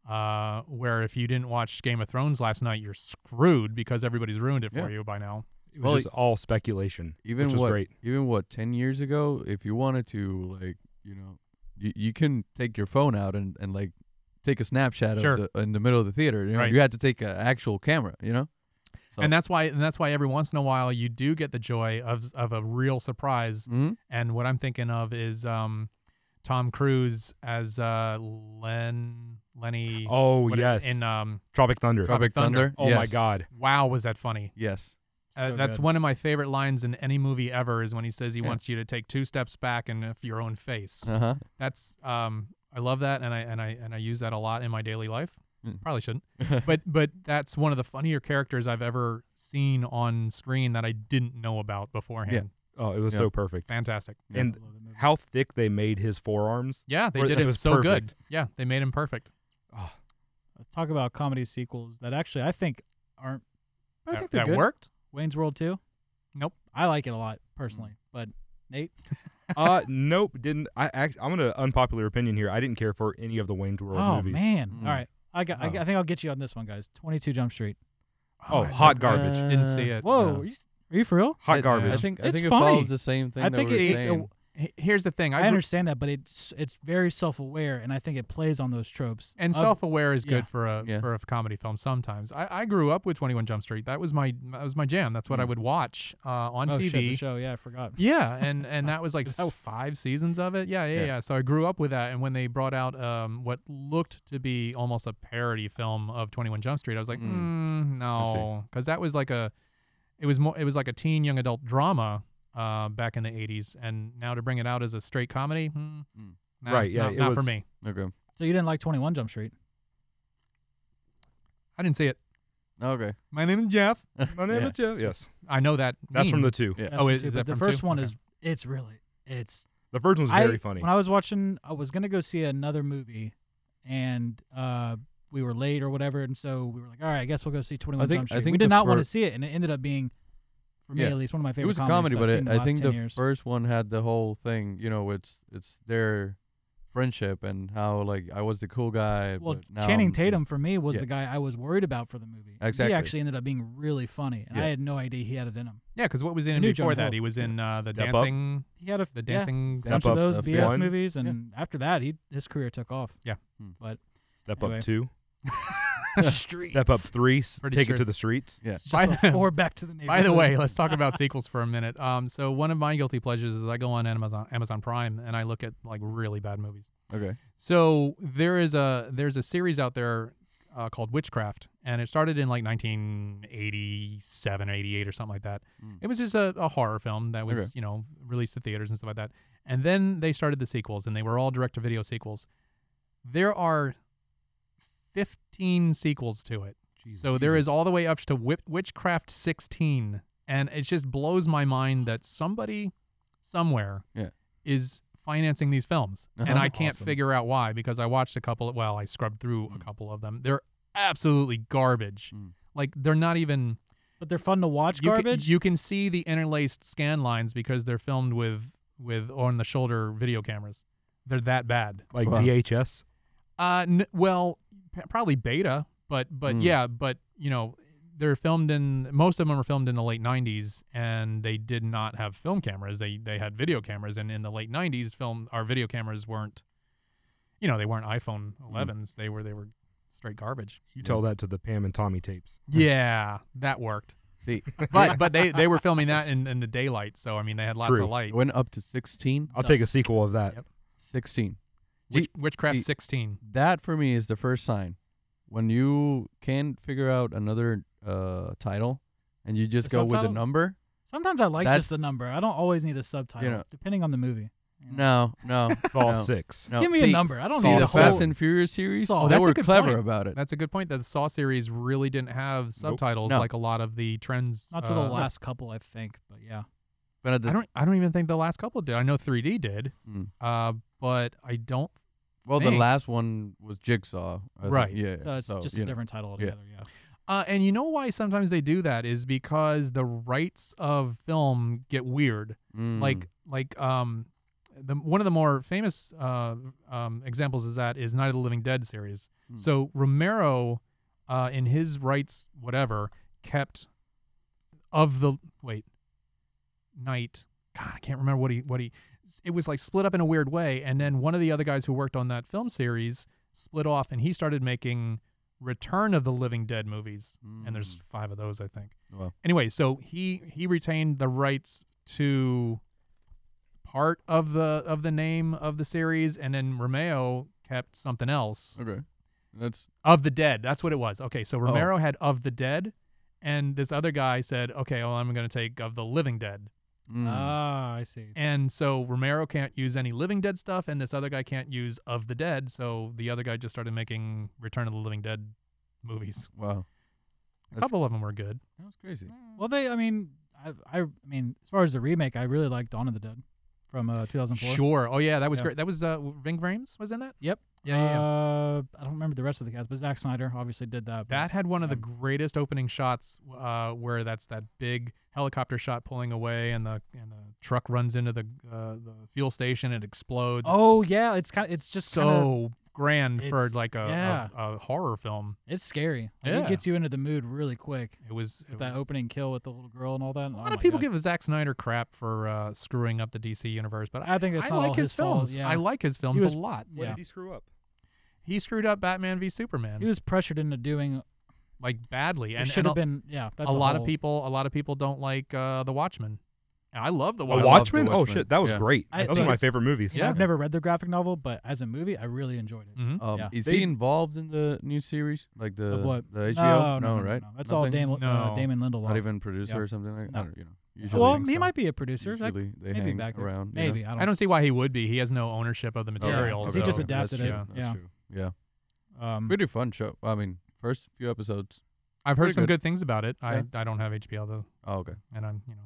S8: uh, where if you didn't watch Game of Thrones last night, you're screwed because everybody's ruined it
S7: Yeah.
S8: for you by now.
S1: It was
S7: Well,
S1: just all speculation,
S7: even
S1: which was
S7: what
S1: great.
S7: even what 10 years ago if you wanted to like you know you, you can take your phone out and, and like take a snapshot
S8: Sure.
S7: of the, in the middle of the theater you know
S8: Right.
S7: you had to take an actual camera you know So-
S8: And that's why, and that's why every once in a while you do get the joy of s- of a real surprise.
S7: mm-hmm.
S8: And what I'm thinking of is um, Tom Cruise as uh, Len Lenny.
S1: Oh
S8: what-
S1: yes,
S8: in um,
S1: Tropic Thunder.
S8: Tropic Thunder.
S1: Oh my
S7: yes.
S1: God.
S8: Wow, was that funny?
S7: yes
S8: Uh,
S2: So
S8: that's
S2: good.
S8: one of my favorite lines in any movie ever is when he says he
S7: Yeah.
S8: wants you to take two steps back and if your own face.
S7: uh-huh
S8: That's um I love that and I and I and I use that a lot in my daily life.
S1: Hmm.
S7: Mm.
S8: Probably shouldn't. but but that's one of the funnier characters I've ever seen on screen that I didn't know about beforehand.
S1: Oh, it was
S7: Yeah.
S1: so perfect.
S8: Fantastic.
S7: Yeah.
S1: And how thick they made his forearms.
S8: Yeah, they
S1: Or-
S8: did
S1: it
S8: it,
S1: was
S8: so
S1: perfect.
S8: good. Yeah, they made him perfect.
S1: Oh,
S2: Let's talk about comedy sequels that actually I think aren't. I
S8: That-
S2: think they're
S8: that
S2: good.
S8: worked.
S2: Wayne's World 2?
S8: Nope. Mm.
S2: I like it a lot personally, but Nate,
S1: uh, nope, didn't. I act, I'm gonna unpopular opinion here. I didn't care for any of the Wayne's World
S2: oh
S1: movies.
S2: man,
S7: Mm.
S2: all right, I got, I,
S7: Wow.
S2: I think I'll get you on this one, guys. Twenty Two Jump Street.
S1: Oh,
S8: I
S1: hot
S8: never-
S1: garbage.
S8: Didn't see it.
S2: Whoa,
S7: No.
S2: are, you, s- are you for real?
S1: Hot
S7: I-
S1: garbage.
S7: i think i
S2: It's
S7: think it
S2: funny.
S7: follows the same thing
S2: I
S7: that
S2: think
S7: we were
S2: it- it's a-
S7: saying.
S8: H- Here's the thing.
S2: I,
S8: I, re-
S2: understand that, but it's it's very self aware, and I think it plays on those tropes.
S8: and
S2: of-
S8: self-aware is good
S2: yeah.
S8: for a
S7: Yeah.
S8: for a comedy film sometimes. I, I grew up with 21 Jump Street. That was my that was my jam. That's what I
S7: Mm.
S8: would watch uh, on
S2: oh, shit, the
S8: TV.
S2: show. Yeah, I forgot.
S8: yeah, and and that was like
S2: That-
S8: s- five seasons of it. Yeah, yeah,
S7: Yeah.
S8: yeah, So I grew up with that. And when they brought out um what looked to be almost a parody film of 21 Jump Street, I was like,
S7: Mm.
S8: mm, no, because that was like a it was more it was like a teen young adult drama uh back in the 80s, and now to bring it out as a straight comedy, hmm,
S7: Mm.
S8: nah,
S1: Right, yeah,
S8: not,
S1: it
S8: not for
S1: was-
S8: me.
S7: okay
S2: So you didn't like Twenty One Jump Street?
S8: I didn't see it.
S7: okay
S8: My name is Jeff.
S1: My name
S7: Yeah.
S1: is Jeff. Yes,
S8: I know that.
S1: that's from
S8: meme.
S1: the two.
S7: Yeah.
S2: That's
S8: Oh,
S2: from
S8: is-
S2: two,
S8: is
S2: but
S8: that
S2: the
S8: from
S2: first
S8: two?
S2: one
S8: Okay.
S2: is it's really it's
S1: The first one's
S2: I-
S1: very funny.
S2: When I was watching, I was gonna go see another movie, and uh, we were late or whatever, and so we were like, "All right, I guess we'll go see Twenty One
S7: I think-
S2: Jump
S7: I
S2: Street." We
S7: think
S2: did
S7: the
S2: not want to
S7: fir-
S2: see it, and it ended up being, for me
S7: Yeah.
S2: at least, one of my favorite.
S7: it was a
S2: comedies
S7: comedy,
S2: I've
S7: but
S2: seen
S7: it,
S2: in the
S7: I
S2: last
S7: think
S2: 10
S7: the
S2: years.
S7: first one had the whole thing. You know, it's it's their friendship and how like I was the cool guy.
S2: Well,
S7: but now
S2: Channing
S7: I'm-
S2: Tatum for me was
S7: Yeah.
S2: the guy I was worried about for the movie.
S7: Exactly.
S2: He actually ended up being really funny, and I
S7: Yeah.
S2: had no idea he had it in him.
S8: Yeah, because what was in
S2: I
S8: him
S2: knew
S8: before
S2: John
S8: that?
S2: Hill.
S8: He was in uh, the
S1: Step Up.
S8: dancing,
S2: He had a
S8: the
S2: yeah,
S8: dancing.
S2: bunch
S1: Step
S2: of
S1: Up,
S2: those
S1: Step
S2: BS
S1: One.
S2: movies, and after that, he his career took off.
S1: Step
S2: Anyway.
S1: up two.
S2: Streets.
S1: Step up three. s-
S8: Pretty
S1: Take
S8: sure.
S1: it to the streets.
S7: Yeah.
S8: By
S2: By the
S8: the-
S2: four back to the neighborhood.
S8: By the way, let's talk about sequels for a minute. Um, so one of my guilty pleasures is I go on Amazon Amazon Prime and I look at like really bad movies.
S7: Okay.
S8: So there is a there's a series out there uh, called Witchcraft, and it started in like 1987 or 88 or something like that.
S7: Mm.
S8: It was just a, a horror film that was
S7: Okay.
S8: you know released to theaters and stuff like that. And then they started the sequels, and they were all direct to video sequels. There are 15 sequels to it. So there is all the way up to Whip- Witchcraft 16, and it just blows my mind that somebody somewhere
S7: Yeah.
S8: is financing these films, and
S7: Uh-huh.
S8: I can't
S7: Awesome. Hmm.
S8: figure out why because I watched a couple. well, I scrubbed through a couple of them. They're absolutely garbage.
S7: Mm.
S8: Like they're not even
S2: but they're fun to watch.
S8: you
S2: Garbage.
S8: Can, you can see the interlaced scan lines because they're filmed with with on the shoulder video cameras. They're that bad.
S1: like
S7: Wow.
S1: VHS.
S8: Uh, n- well, p- probably beta, but but
S7: Mm.
S8: yeah, but you know, they're filmed in most of them are filmed in the late '90s, and they did not have film cameras. They they had video cameras, and in the late '90s, film our video cameras weren't, you know, they weren't iPhone
S7: Hmm.
S8: 11s. They were they were straight garbage.
S1: You tell that to the Pam and Tommy tapes.
S8: Yeah, that worked.
S7: See,
S8: But but they they were filming that in, in the daylight, so I mean they had lots
S1: True.
S8: of light.
S7: it went up to 16.
S1: I'll take a
S2: Dusk.
S1: sequel of that.
S8: Yep.
S7: 16.
S8: Witch,
S7: Gee,
S8: Witchcraft
S7: see,
S8: 16.
S7: That for me is the first sign. When you can't figure out another uh title and you just
S2: The
S7: go with the
S2: subtitles?
S7: number.
S2: Sometimes I like
S7: That's-
S2: just the number. I don't always need a subtitle,
S7: know-
S2: depending on the movie. Yeah.
S7: No, no.
S1: Saw
S7: no,
S1: six.
S7: no.
S2: Give me
S7: See-
S2: a number. I don't
S7: See
S2: know.
S7: the
S2: a whole-
S7: Fast and Furious series? Oh,
S2: Saw.
S7: they
S8: That's a
S7: were
S8: good
S7: clever
S8: point.
S7: about it.
S8: That's a good point. That the Saw series really didn't have subtitles
S7: No.
S8: like a lot of the trends.
S2: Not to the
S8: uh,
S2: last couple, I think, but yeah.
S7: But at the
S8: I don't. I don't even think the last couple did. I know 3D did,
S7: Mm.
S8: uh, but I don't.
S7: Well, the
S8: think.
S7: last one was Jigsaw. I think.
S8: Right.
S7: Yeah.
S2: So it's just
S7: you
S2: a
S7: know.
S2: different title
S7: yeah.
S2: altogether. Yeah.
S8: Uh, and you know why sometimes they do that is because the rights of film get weird.
S7: Mm.
S8: Like like um, the one of the more famous uh, um, examples is that is Night of the Living Dead series.
S7: Mm.
S8: So Romero, uh, in his rights, whatever, kept of the wait night. God, I can't remember what he what he. It was like split up in a weird way, and then one of the other guys who worked on that film series split off, and he started making Return of the Living Dead movies, and there's five of those, I think.
S7: Mm. Oh, Wow.
S8: Anyway, so he he retained the rights to part of the of the name of the series, and then Romeo kept something else.
S7: Mm. okay. That's
S8: Of the Dead. That's what it was. Okay,
S7: oh.
S8: so Romero had Of the Dead, and this other guy said, okay, well, I'm going to take Of the Living Dead.
S7: mm.
S2: Ah, I see.
S8: And so Romero can't use any Living Dead stuff, and this other guy can't use Of the Dead, so the other guy just started making Return of the Living Dead movies.
S7: wow.
S8: A
S7: That's-
S8: couple of them were good.
S7: That was crazy.
S2: Well, they. I mean, I. I mean, as far as the remake, I really like Dawn of the Dead from uh, 2004.
S8: Sure. Oh, yeah, that was
S2: Yeah.
S8: great. That was uh, Ving Rhames was in that?
S2: Yep.
S8: Yeah, yeah, yeah.
S2: Uh, I don't remember the rest of the cast, but Zack Snyder obviously did that. but-
S8: That had one of the
S2: Um,
S8: greatest opening shots, uh, where that's that big helicopter shot pulling away, and the and the truck runs into the uh, the fuel station, it explodes. It's
S2: Oh yeah, it's kind of. It's just
S8: so
S2: Kinda,
S8: grand for
S2: it's-
S8: like a,
S2: yeah.
S8: a, a horror film.
S2: it's scary. Like,
S8: Yeah.
S2: It gets you into the mood really quick.
S8: It was it
S2: With that oh
S8: was-
S2: opening kill with the little girl and all that.
S8: A lot of people give Zack Snyder crap for uh, screwing up the DC universe, but I,
S2: I think that's
S8: I
S2: not
S8: like
S2: all
S8: his,
S2: his fault,
S8: films.
S2: yeah.
S8: I like his films
S2: was-
S8: a lot.
S1: What
S2: Yeah.
S1: did he screw up?
S8: He screwed up Batman v Superman
S2: He was pressured into doing.
S8: like badly,
S2: It
S8: and,
S2: should
S8: and
S2: have
S8: a,
S2: been. Yeah, that's
S8: a lot of
S2: whole-
S8: people. A lot of people don't like uh, the Watchmen. And I love the
S1: Oh,
S7: I
S8: Watchmen.
S7: love Watch-
S1: Watchmen?
S7: The
S1: Oh
S7: Watchmen.
S1: shit, that was
S7: Yeah.
S1: great.
S2: I
S1: Those
S2: think
S1: are my
S2: it's-
S1: favorite movies.
S2: I've never read the graphic novel, but as a movie, I really enjoyed it.
S8: Mhm.
S7: Um,
S2: Yeah.
S7: Is
S1: They-
S7: he involved in the new series, like the
S2: Of what?
S7: the HBO?
S2: No, Um, no, no,
S7: right?
S2: no. That's all
S7: Nothing?
S2: Damon, uh,
S8: No.
S2: Damon Lindelof.
S7: Not even producer or something like. I
S2: No.
S7: don't, you know. Usually,
S2: Well,
S8: think
S2: he
S8: so.
S2: might be a producer. That
S7: usually they
S2: maybe
S7: hang
S2: back there.
S7: around. you know?
S2: Maybe I don't.
S8: I don't see why he would be. He has no ownership of the
S7: Okay,
S8: material.
S2: he
S7: okay,
S8: so-
S2: just
S7: okay, that's
S2: adapted
S7: true,
S2: it,
S7: that's
S2: yeah.
S7: true, Yeah.
S2: Um,
S7: Pretty fun show. I mean, first few episodes.
S8: I've heard
S7: Pretty
S8: some
S7: good.
S8: good. things about it.
S7: Yeah.
S8: I, I don't have HBO though,
S7: Oh, okay.
S8: and I'm you know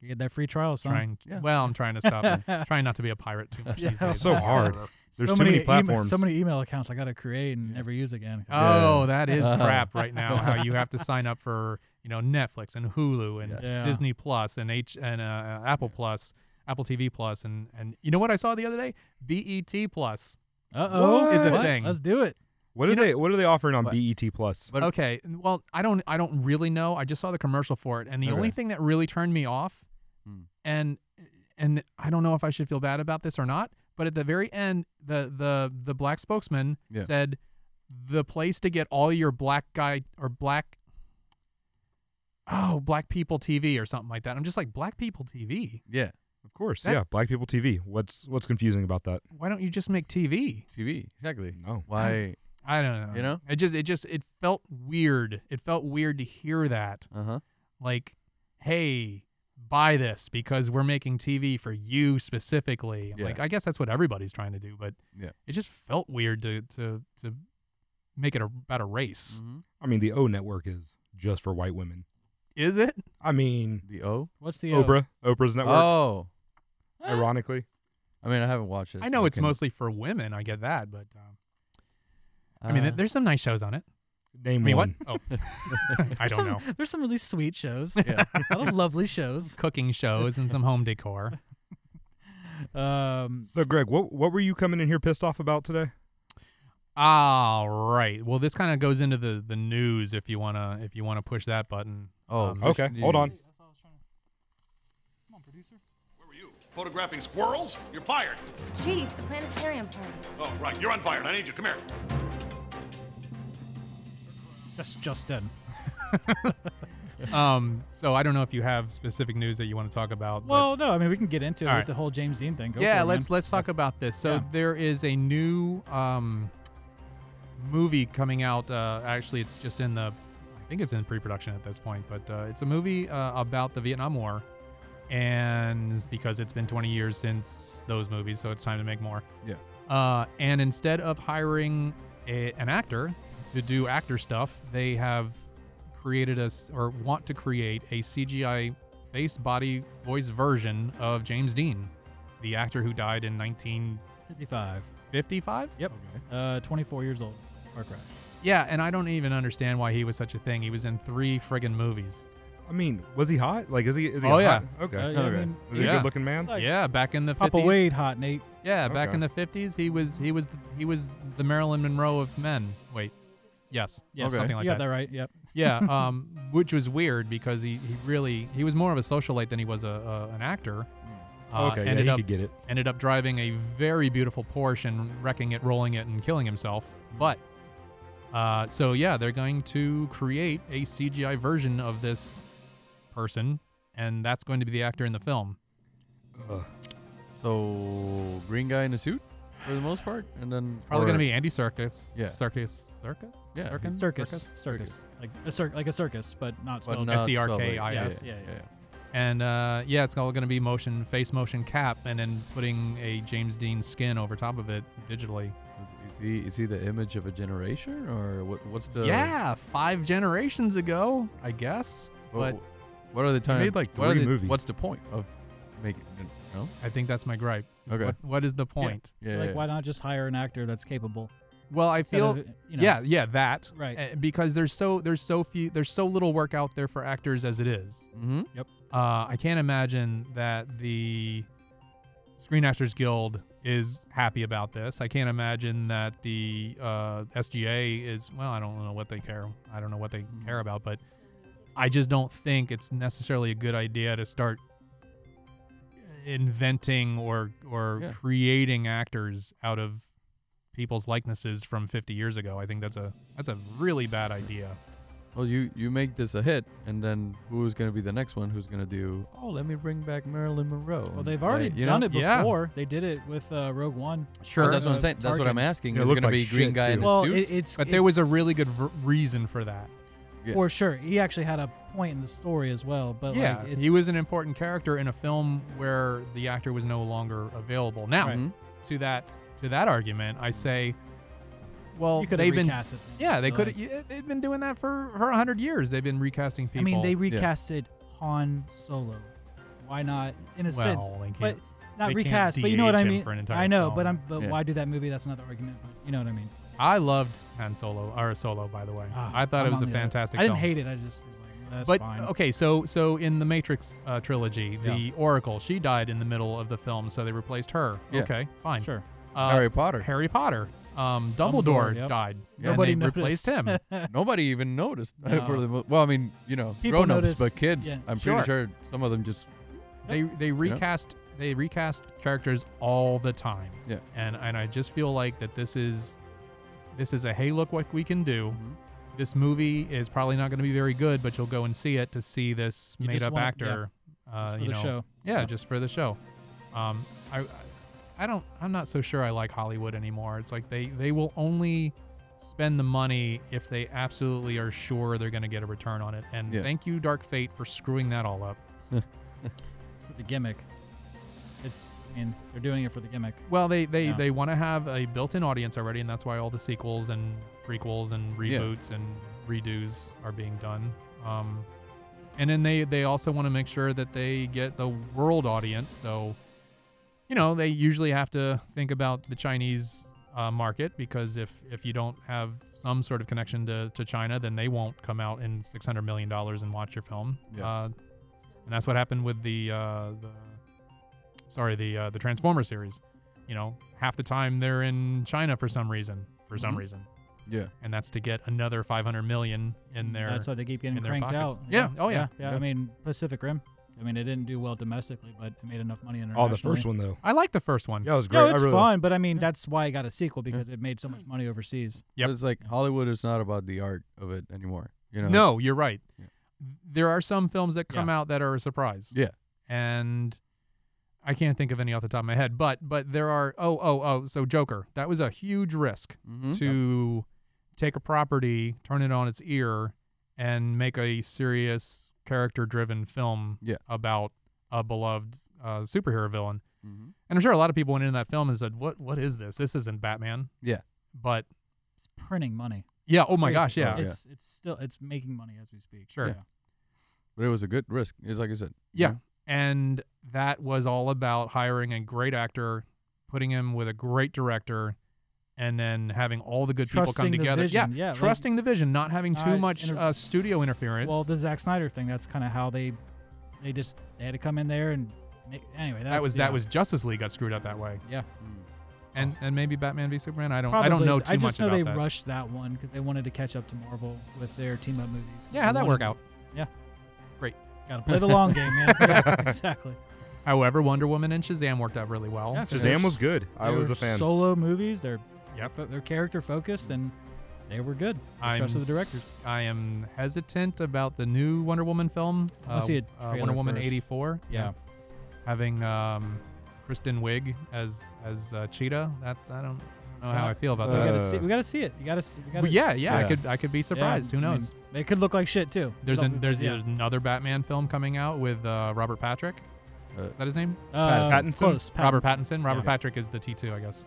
S2: you get that free trial, son.
S8: trying.
S7: Yeah.
S8: Well, I'm trying to stop, trying not to be a pirate too much.
S2: Yeah.
S8: These days.
S1: It's so hard. There's
S2: so
S1: too many
S2: email-
S1: platforms.
S2: so many email accounts I got to create and never use again.
S8: Oh, that is
S7: Uh-huh.
S8: crap right now. How you have to sign up for you know Netflix and Hulu and
S7: Yes.
S2: Yeah.
S8: Disney Plus and H and uh, Apple Plus. Apple TV Plus, and and you know what I saw the other day? BET Plus.
S2: Uh oh.
S8: Is it a thing?
S2: Let's do it.
S1: What are
S8: You know-
S1: they? What are they offering on
S7: What?
S1: BET Plus?
S7: But-
S8: okay, n- well, I don't I don't really know. I just saw the commercial for it, and the only
S7: Okay.
S8: thing that really turned me off,
S7: Hmm.
S8: and and I don't know if I should feel bad about this or not, but at the very end, the the the black spokesman
S7: Yeah.
S8: said, the place to get all your black guy or black. Oh, Black People TV or something like that. I'm just like Black People TV.
S7: Yeah,
S1: Of course,
S8: that-
S1: yeah. Black people TV. What's what's confusing about that?
S8: Why don't you just make TV?
S7: TV exactly.
S1: No.
S7: Why?
S8: I don't know.
S7: You know?
S8: it just it just it felt weird. It felt weird to hear that.
S7: Uh huh.
S8: like, hey, buy this because we're making TV for you specifically. I'm
S7: Yeah.
S8: Like, I guess that's what everybody's trying to do, but
S7: Yeah.
S8: it just felt weird to to to make it a, about a race.
S7: Mhm.
S1: I mean, the O network is just for white women.
S8: Is it?
S1: I mean,
S7: The O.
S2: What's the uh,
S1: Oprah, Oprah's network.
S7: Oh,
S1: Ironically,
S7: I mean, I haven't watched it.
S8: I
S7: so
S8: know it's
S7: can-
S8: mostly for women. I get that, but um, I mean,
S7: uh,
S8: th- there's some nice shows on it. I
S1: name
S8: mean, what?
S1: one.
S8: Oh, I
S2: There's
S8: don't know.
S2: some, There's some really sweet shows.
S7: Yeah.
S2: I love lovely shows.
S8: Cooking shows and some home decor.
S2: Um,
S1: So, Greg, what what were you coming in here pissed off about today?
S8: All right. Well, this kind of goes into the the news if you wanna if you wanna push that button.
S7: Oh,
S8: Um,
S1: Okay, hold on.
S2: Come on, producer.
S5: Where were you? Photographing squirrels? You're fired.
S4: Chief, the planetarium party.
S5: Oh, right. You're unfired. I need you. Come here.
S2: That's Justin.
S8: um. So I don't know if you have specific news that you want to talk about. but-
S2: Well, no, I mean we can get into it
S8: All
S2: with
S8: right.
S2: the whole James Dean thing. Go
S8: yeah
S2: for it,
S8: let's
S2: man.
S8: let's talk about this so
S2: Yeah.
S8: there is a new um movie coming out uh actually it's just in the i think it's in pre-production at this point but uh, it's a movie uh, about the vietnam war and because it's been 20 years since those movies so it's time to make more
S7: Yeah.
S8: uh and instead of hiring a, an actor to do actor stuff they have created a s- or want to create a cgi face body voice version of james dean the actor who died in 1955.
S2: 55. Yep. Uh, 24 years old. Car crash.
S8: Yeah, and I don't even understand why he was such a thing. He was in three friggin' movies.
S1: I mean, was he hot? Like, is he? Is he?
S8: Oh,
S1: hot?
S8: yeah.
S1: Okay.
S2: Uh, yeah, I
S7: Okay.
S2: mean,
S1: is he
S8: yeah.
S1: a good looking man?
S2: Like,
S8: yeah, back in the 50s.
S2: Papa Wade, hot Nate.
S8: Yeah, back
S1: Okay.
S8: in the 50s, he was he was he was the Marilyn Monroe of men. Wait, yes,
S2: Yes,
S7: Okay.
S8: something like
S2: you got
S8: that.
S2: that right. Yep.
S8: yeah, um, which was weird because he, he really he was more of a socialite than he was a, a an actor.
S1: Hmm.
S8: Uh,
S1: okay. Yeah,
S8: ended
S1: he
S8: up
S1: could get it.
S8: ended up driving a very beautiful Porsche and wrecking it, rolling it, and killing himself. But uh, so yeah, they're going to create a CGI version of this person, and that's going to be the actor in the film.
S1: Ugh.
S7: So green guy in a suit for the most part, and then
S8: Probably going
S7: or-
S8: to be Andy Circus.
S7: Yeah.
S8: Circus. Circus.
S7: Yeah,
S8: Circus.
S2: Circus. Circus. Like a cir- like a circus, but not
S7: but
S2: spelled.
S7: not spelled like-
S8: S-E-R-K-I-S.
S7: Yeah, yeah,
S2: Yeah,
S7: yeah.
S8: And uh, yeah, it's all going to be motion, face motion cap, and then putting a James Dean skin over top of it digitally.
S7: Is, is he is he the image of a generation or what? What's the
S8: yeah, five generations ago, I guess.
S7: What,
S8: But
S7: what are they trying?
S1: made, like,
S7: what are
S1: three
S7: they-
S1: movies.
S7: What's the point of making? No.
S8: I think that's my gripe.
S7: Okay.
S8: What, what is the point?
S7: Yeah.
S2: Like
S7: yeah.
S2: why not just hire an actor that's capable?
S8: Well, I
S2: instead
S8: feel
S2: of, you know,
S8: yeah, yeah, that
S2: Right.
S8: Uh, because there's so there's so few there's so little work out there for actors as it is.
S7: Mm-hmm.
S8: Uh, I can't imagine that the Screen Actors Guild is happy about this. I can't imagine that the uh, SGA is well. I don't know what they care. I don't know what they
S7: Hmm.
S8: care about, but I just don't think it's necessarily a good idea to start inventing or or
S7: Yeah.
S8: creating actors out of people's likenesses from 50 years ago. I think that's a that's a really bad idea.
S7: Well, you you make this a hit, and then who's gonna be the next one? Who's gonna do? Oh, let me bring back Marilyn Monroe.
S2: Well, they've already
S7: you
S2: done
S7: know?
S2: it
S8: Yeah.
S2: before. They did it with uh, Rogue One.
S7: Well,
S8: Sure.
S7: that's what
S2: uh,
S7: I'm saying. That's what I'm
S2: Tarkin.
S7: asking.
S1: Yeah, it
S7: Is it
S1: looked
S7: gonna be
S1: like
S7: green
S1: shit,
S7: guy in
S1: too.
S7: a
S2: Well,
S7: suit?
S2: it, it's
S8: but there was a really good r- reason for that.
S7: Yeah.
S2: for sure. He actually had a point in the story as well. But
S8: yeah,
S2: like, it's,
S8: he was an important character in a film where the actor was no longer available. Now,
S2: Right.
S7: Mhm.
S8: to that to that argument, I say, well,
S2: You could
S8: they've
S2: have
S8: been
S2: recast it.
S8: yeah, they
S2: So,
S8: could
S2: like,
S8: yeah, they've been doing that for for hundred years. They've been recasting people.
S2: I mean, they recasted Han Solo. Why not? In a sense,
S8: Well, they
S2: but
S8: can't-
S2: not
S8: they can't
S2: recast. But you know what I
S8: de-age him
S2: mean.
S8: for an entire
S2: I know, but
S8: film.
S2: I'm. But
S7: Yeah.
S2: why do that movie? That's another argument. But you know what I mean.
S8: I loved Han Solo or Solo, by the way.
S2: Ah,
S8: I
S2: I'm
S8: thought it was
S2: on
S8: a
S2: the other-
S8: fantastic.
S2: I didn't
S8: film.
S2: hate it. I just was like, That's
S8: but
S2: fine.
S8: okay, so so in the Matrix uh, trilogy,
S7: Yeah.
S8: the Oracle she died in the middle of the film, so they replaced her.
S7: Yeah.
S8: Okay, fine.
S2: Sure.
S8: Uh,
S7: Harry Potter.
S8: Harry Potter. Um, Dumbledore,
S2: Dumbledore, yep.
S8: died.
S2: Nobody
S8: and they
S2: noticed.
S8: replaced him.
S7: Nobody even noticed.
S2: No.
S7: for the mo- well, I mean, you know,
S2: People
S7: grown ups,
S2: notice-
S7: but kids.
S2: yeah.
S7: I'm
S8: Sure.
S7: pretty sure some of them just
S8: they they recast they recast characters all the time.
S7: Yeah.
S8: And and I just feel like that this is this is a hey look what we can do.
S7: Mm-hmm.
S8: This movie is probably not going to be very good, but you'll go and see it to see this
S2: You just
S8: made up
S2: want-
S8: actor. Uh,
S2: for
S8: you
S2: the
S8: know,
S2: show.
S8: Yeah, just for the show. Um, I I don't I'm not so sure I like Hollywood anymore. It's like they they will only spend the money if they absolutely are sure they're going to get a return on it. And
S7: Yeah.
S8: thank you Dark Fate for screwing that all up.
S2: It's for the gimmick. It's. I mean, they're doing it for the gimmick.
S8: Well, they they,
S2: Yeah.
S8: they want to have a built-in audience already, and that's why all the sequels and prequels and
S7: Yeah.
S8: reboots and redos are being done. Um, and then they they also want to make sure that they get the world audience. So, you know, they usually have to think about the Chinese uh, market because if if you don't have some sort of connection to, to China, then they won't come out in six hundred million dollars and watch your film.
S7: Yeah.
S8: Uh, and that's what happened with the uh, the sorry the uh, the Transformer series you know, half the time they're in China for some reason, for some
S7: Mhm.
S8: reason,
S7: yeah.
S8: and that's to get another 500 million in there.
S2: Mm, That's why they keep getting
S8: in their
S2: cranked out.
S8: pockets. Yeah. Oh, yeah.
S2: yeah.
S7: Yeah.
S2: I mean, Pacific Rim. I mean, it didn't do well domestically, but it made enough money
S1: Oh,
S2: internationally.
S1: the first one though.
S8: I like the first one.
S1: Yeah, it was great.
S2: No,
S1: I
S2: it's
S1: really-
S2: fun, but I mean, that's why it got a sequel because it made so
S8: Hmm.
S2: much money overseas.
S8: Yep.
S7: But It's like Hollywood is not about the art of it anymore. You know.
S8: No, you're right.
S7: Yeah.
S8: There are some films that come out that are a surprise.
S7: Yeah.
S8: and I can't think of any off the top of my head, but but there are. Oh oh oh. So Joker, that was a huge risk
S7: Mhm.
S8: to take a property, turn it on its ear, and make a serious character-driven film
S7: Yeah.
S8: about a beloved uh, superhero villain.
S7: Mhm.
S8: And I'm sure a lot of people went into that film and said, "What? What is this? This isn't Batman."
S7: Yeah.
S8: But
S2: It's printing money.
S8: yeah. Oh my
S2: Crazy.
S8: gosh. Yeah.
S7: Yeah.
S2: It's it's still it's making money as we speak.
S8: Sure.
S2: Yeah.
S7: But it was a good risk. It's like I said. you
S8: Yeah.
S7: know?
S8: And that was all about hiring a great actor, putting him with a great director, and then having all the good people
S2: Trusting
S8: come
S2: the
S8: together.
S2: vision,
S8: yeah.
S2: yeah, like-
S8: trusting the vision, not having too
S2: Not
S8: much
S2: inter-
S8: uh, studio interference.
S2: Well, the Zack Snyder thing. That's kind of how they they just they had to come in there and make, anyway. That's,
S8: that was
S2: yeah.
S8: that was Justice League got screwed up that way. Mm.
S2: yeah.
S8: And and maybe Batman v Superman. I don't.
S2: Probably,
S8: I don't know too
S2: I just
S8: much
S2: know
S8: about
S2: they
S8: that.
S2: rushed that one because they wanted to catch up to Marvel with their team up movies.
S8: yeah. How'd
S2: They
S8: that work
S2: wanted-
S8: out?
S2: Gotta play the long game, man. Yeah, exactly.
S8: However, Wonder Woman and Shazam worked out really well.
S2: Yeah.
S1: Shazam was good. I
S2: They
S1: was
S2: were
S1: a fan.
S2: Solo movies. They're
S8: Yep.
S2: fo- they're character focused and they were good. The
S8: I'm
S2: trust of the directors.
S8: s- I am hesitant about the new Wonder Woman film.
S2: I wanna see a
S8: uh, Wonder
S2: trailer
S8: Woman
S2: first.
S8: '84.
S2: Yeah.
S8: having um, Kristen Wiig as as uh, Cheetah. That's I don't know how I feel about
S2: We
S8: that.
S2: gotta
S1: Uh,
S2: see. We gotta see it. You gotta. See, we gotta
S8: Well, yeah, yeah, I
S7: Yeah.
S8: could I could be surprised. Who
S2: I mean,
S8: knows?
S2: it could look like shit too.
S8: there's
S2: No,
S8: an, there's
S2: yeah.
S8: there's another Batman film coming out with uh, Robert Patrick.
S7: Uh,
S8: is that his name?
S2: uh,
S1: Pattinson?
S2: Close.
S8: Robert Pattinson. Robert
S2: Yeah.
S8: Patrick is the T2, I guess.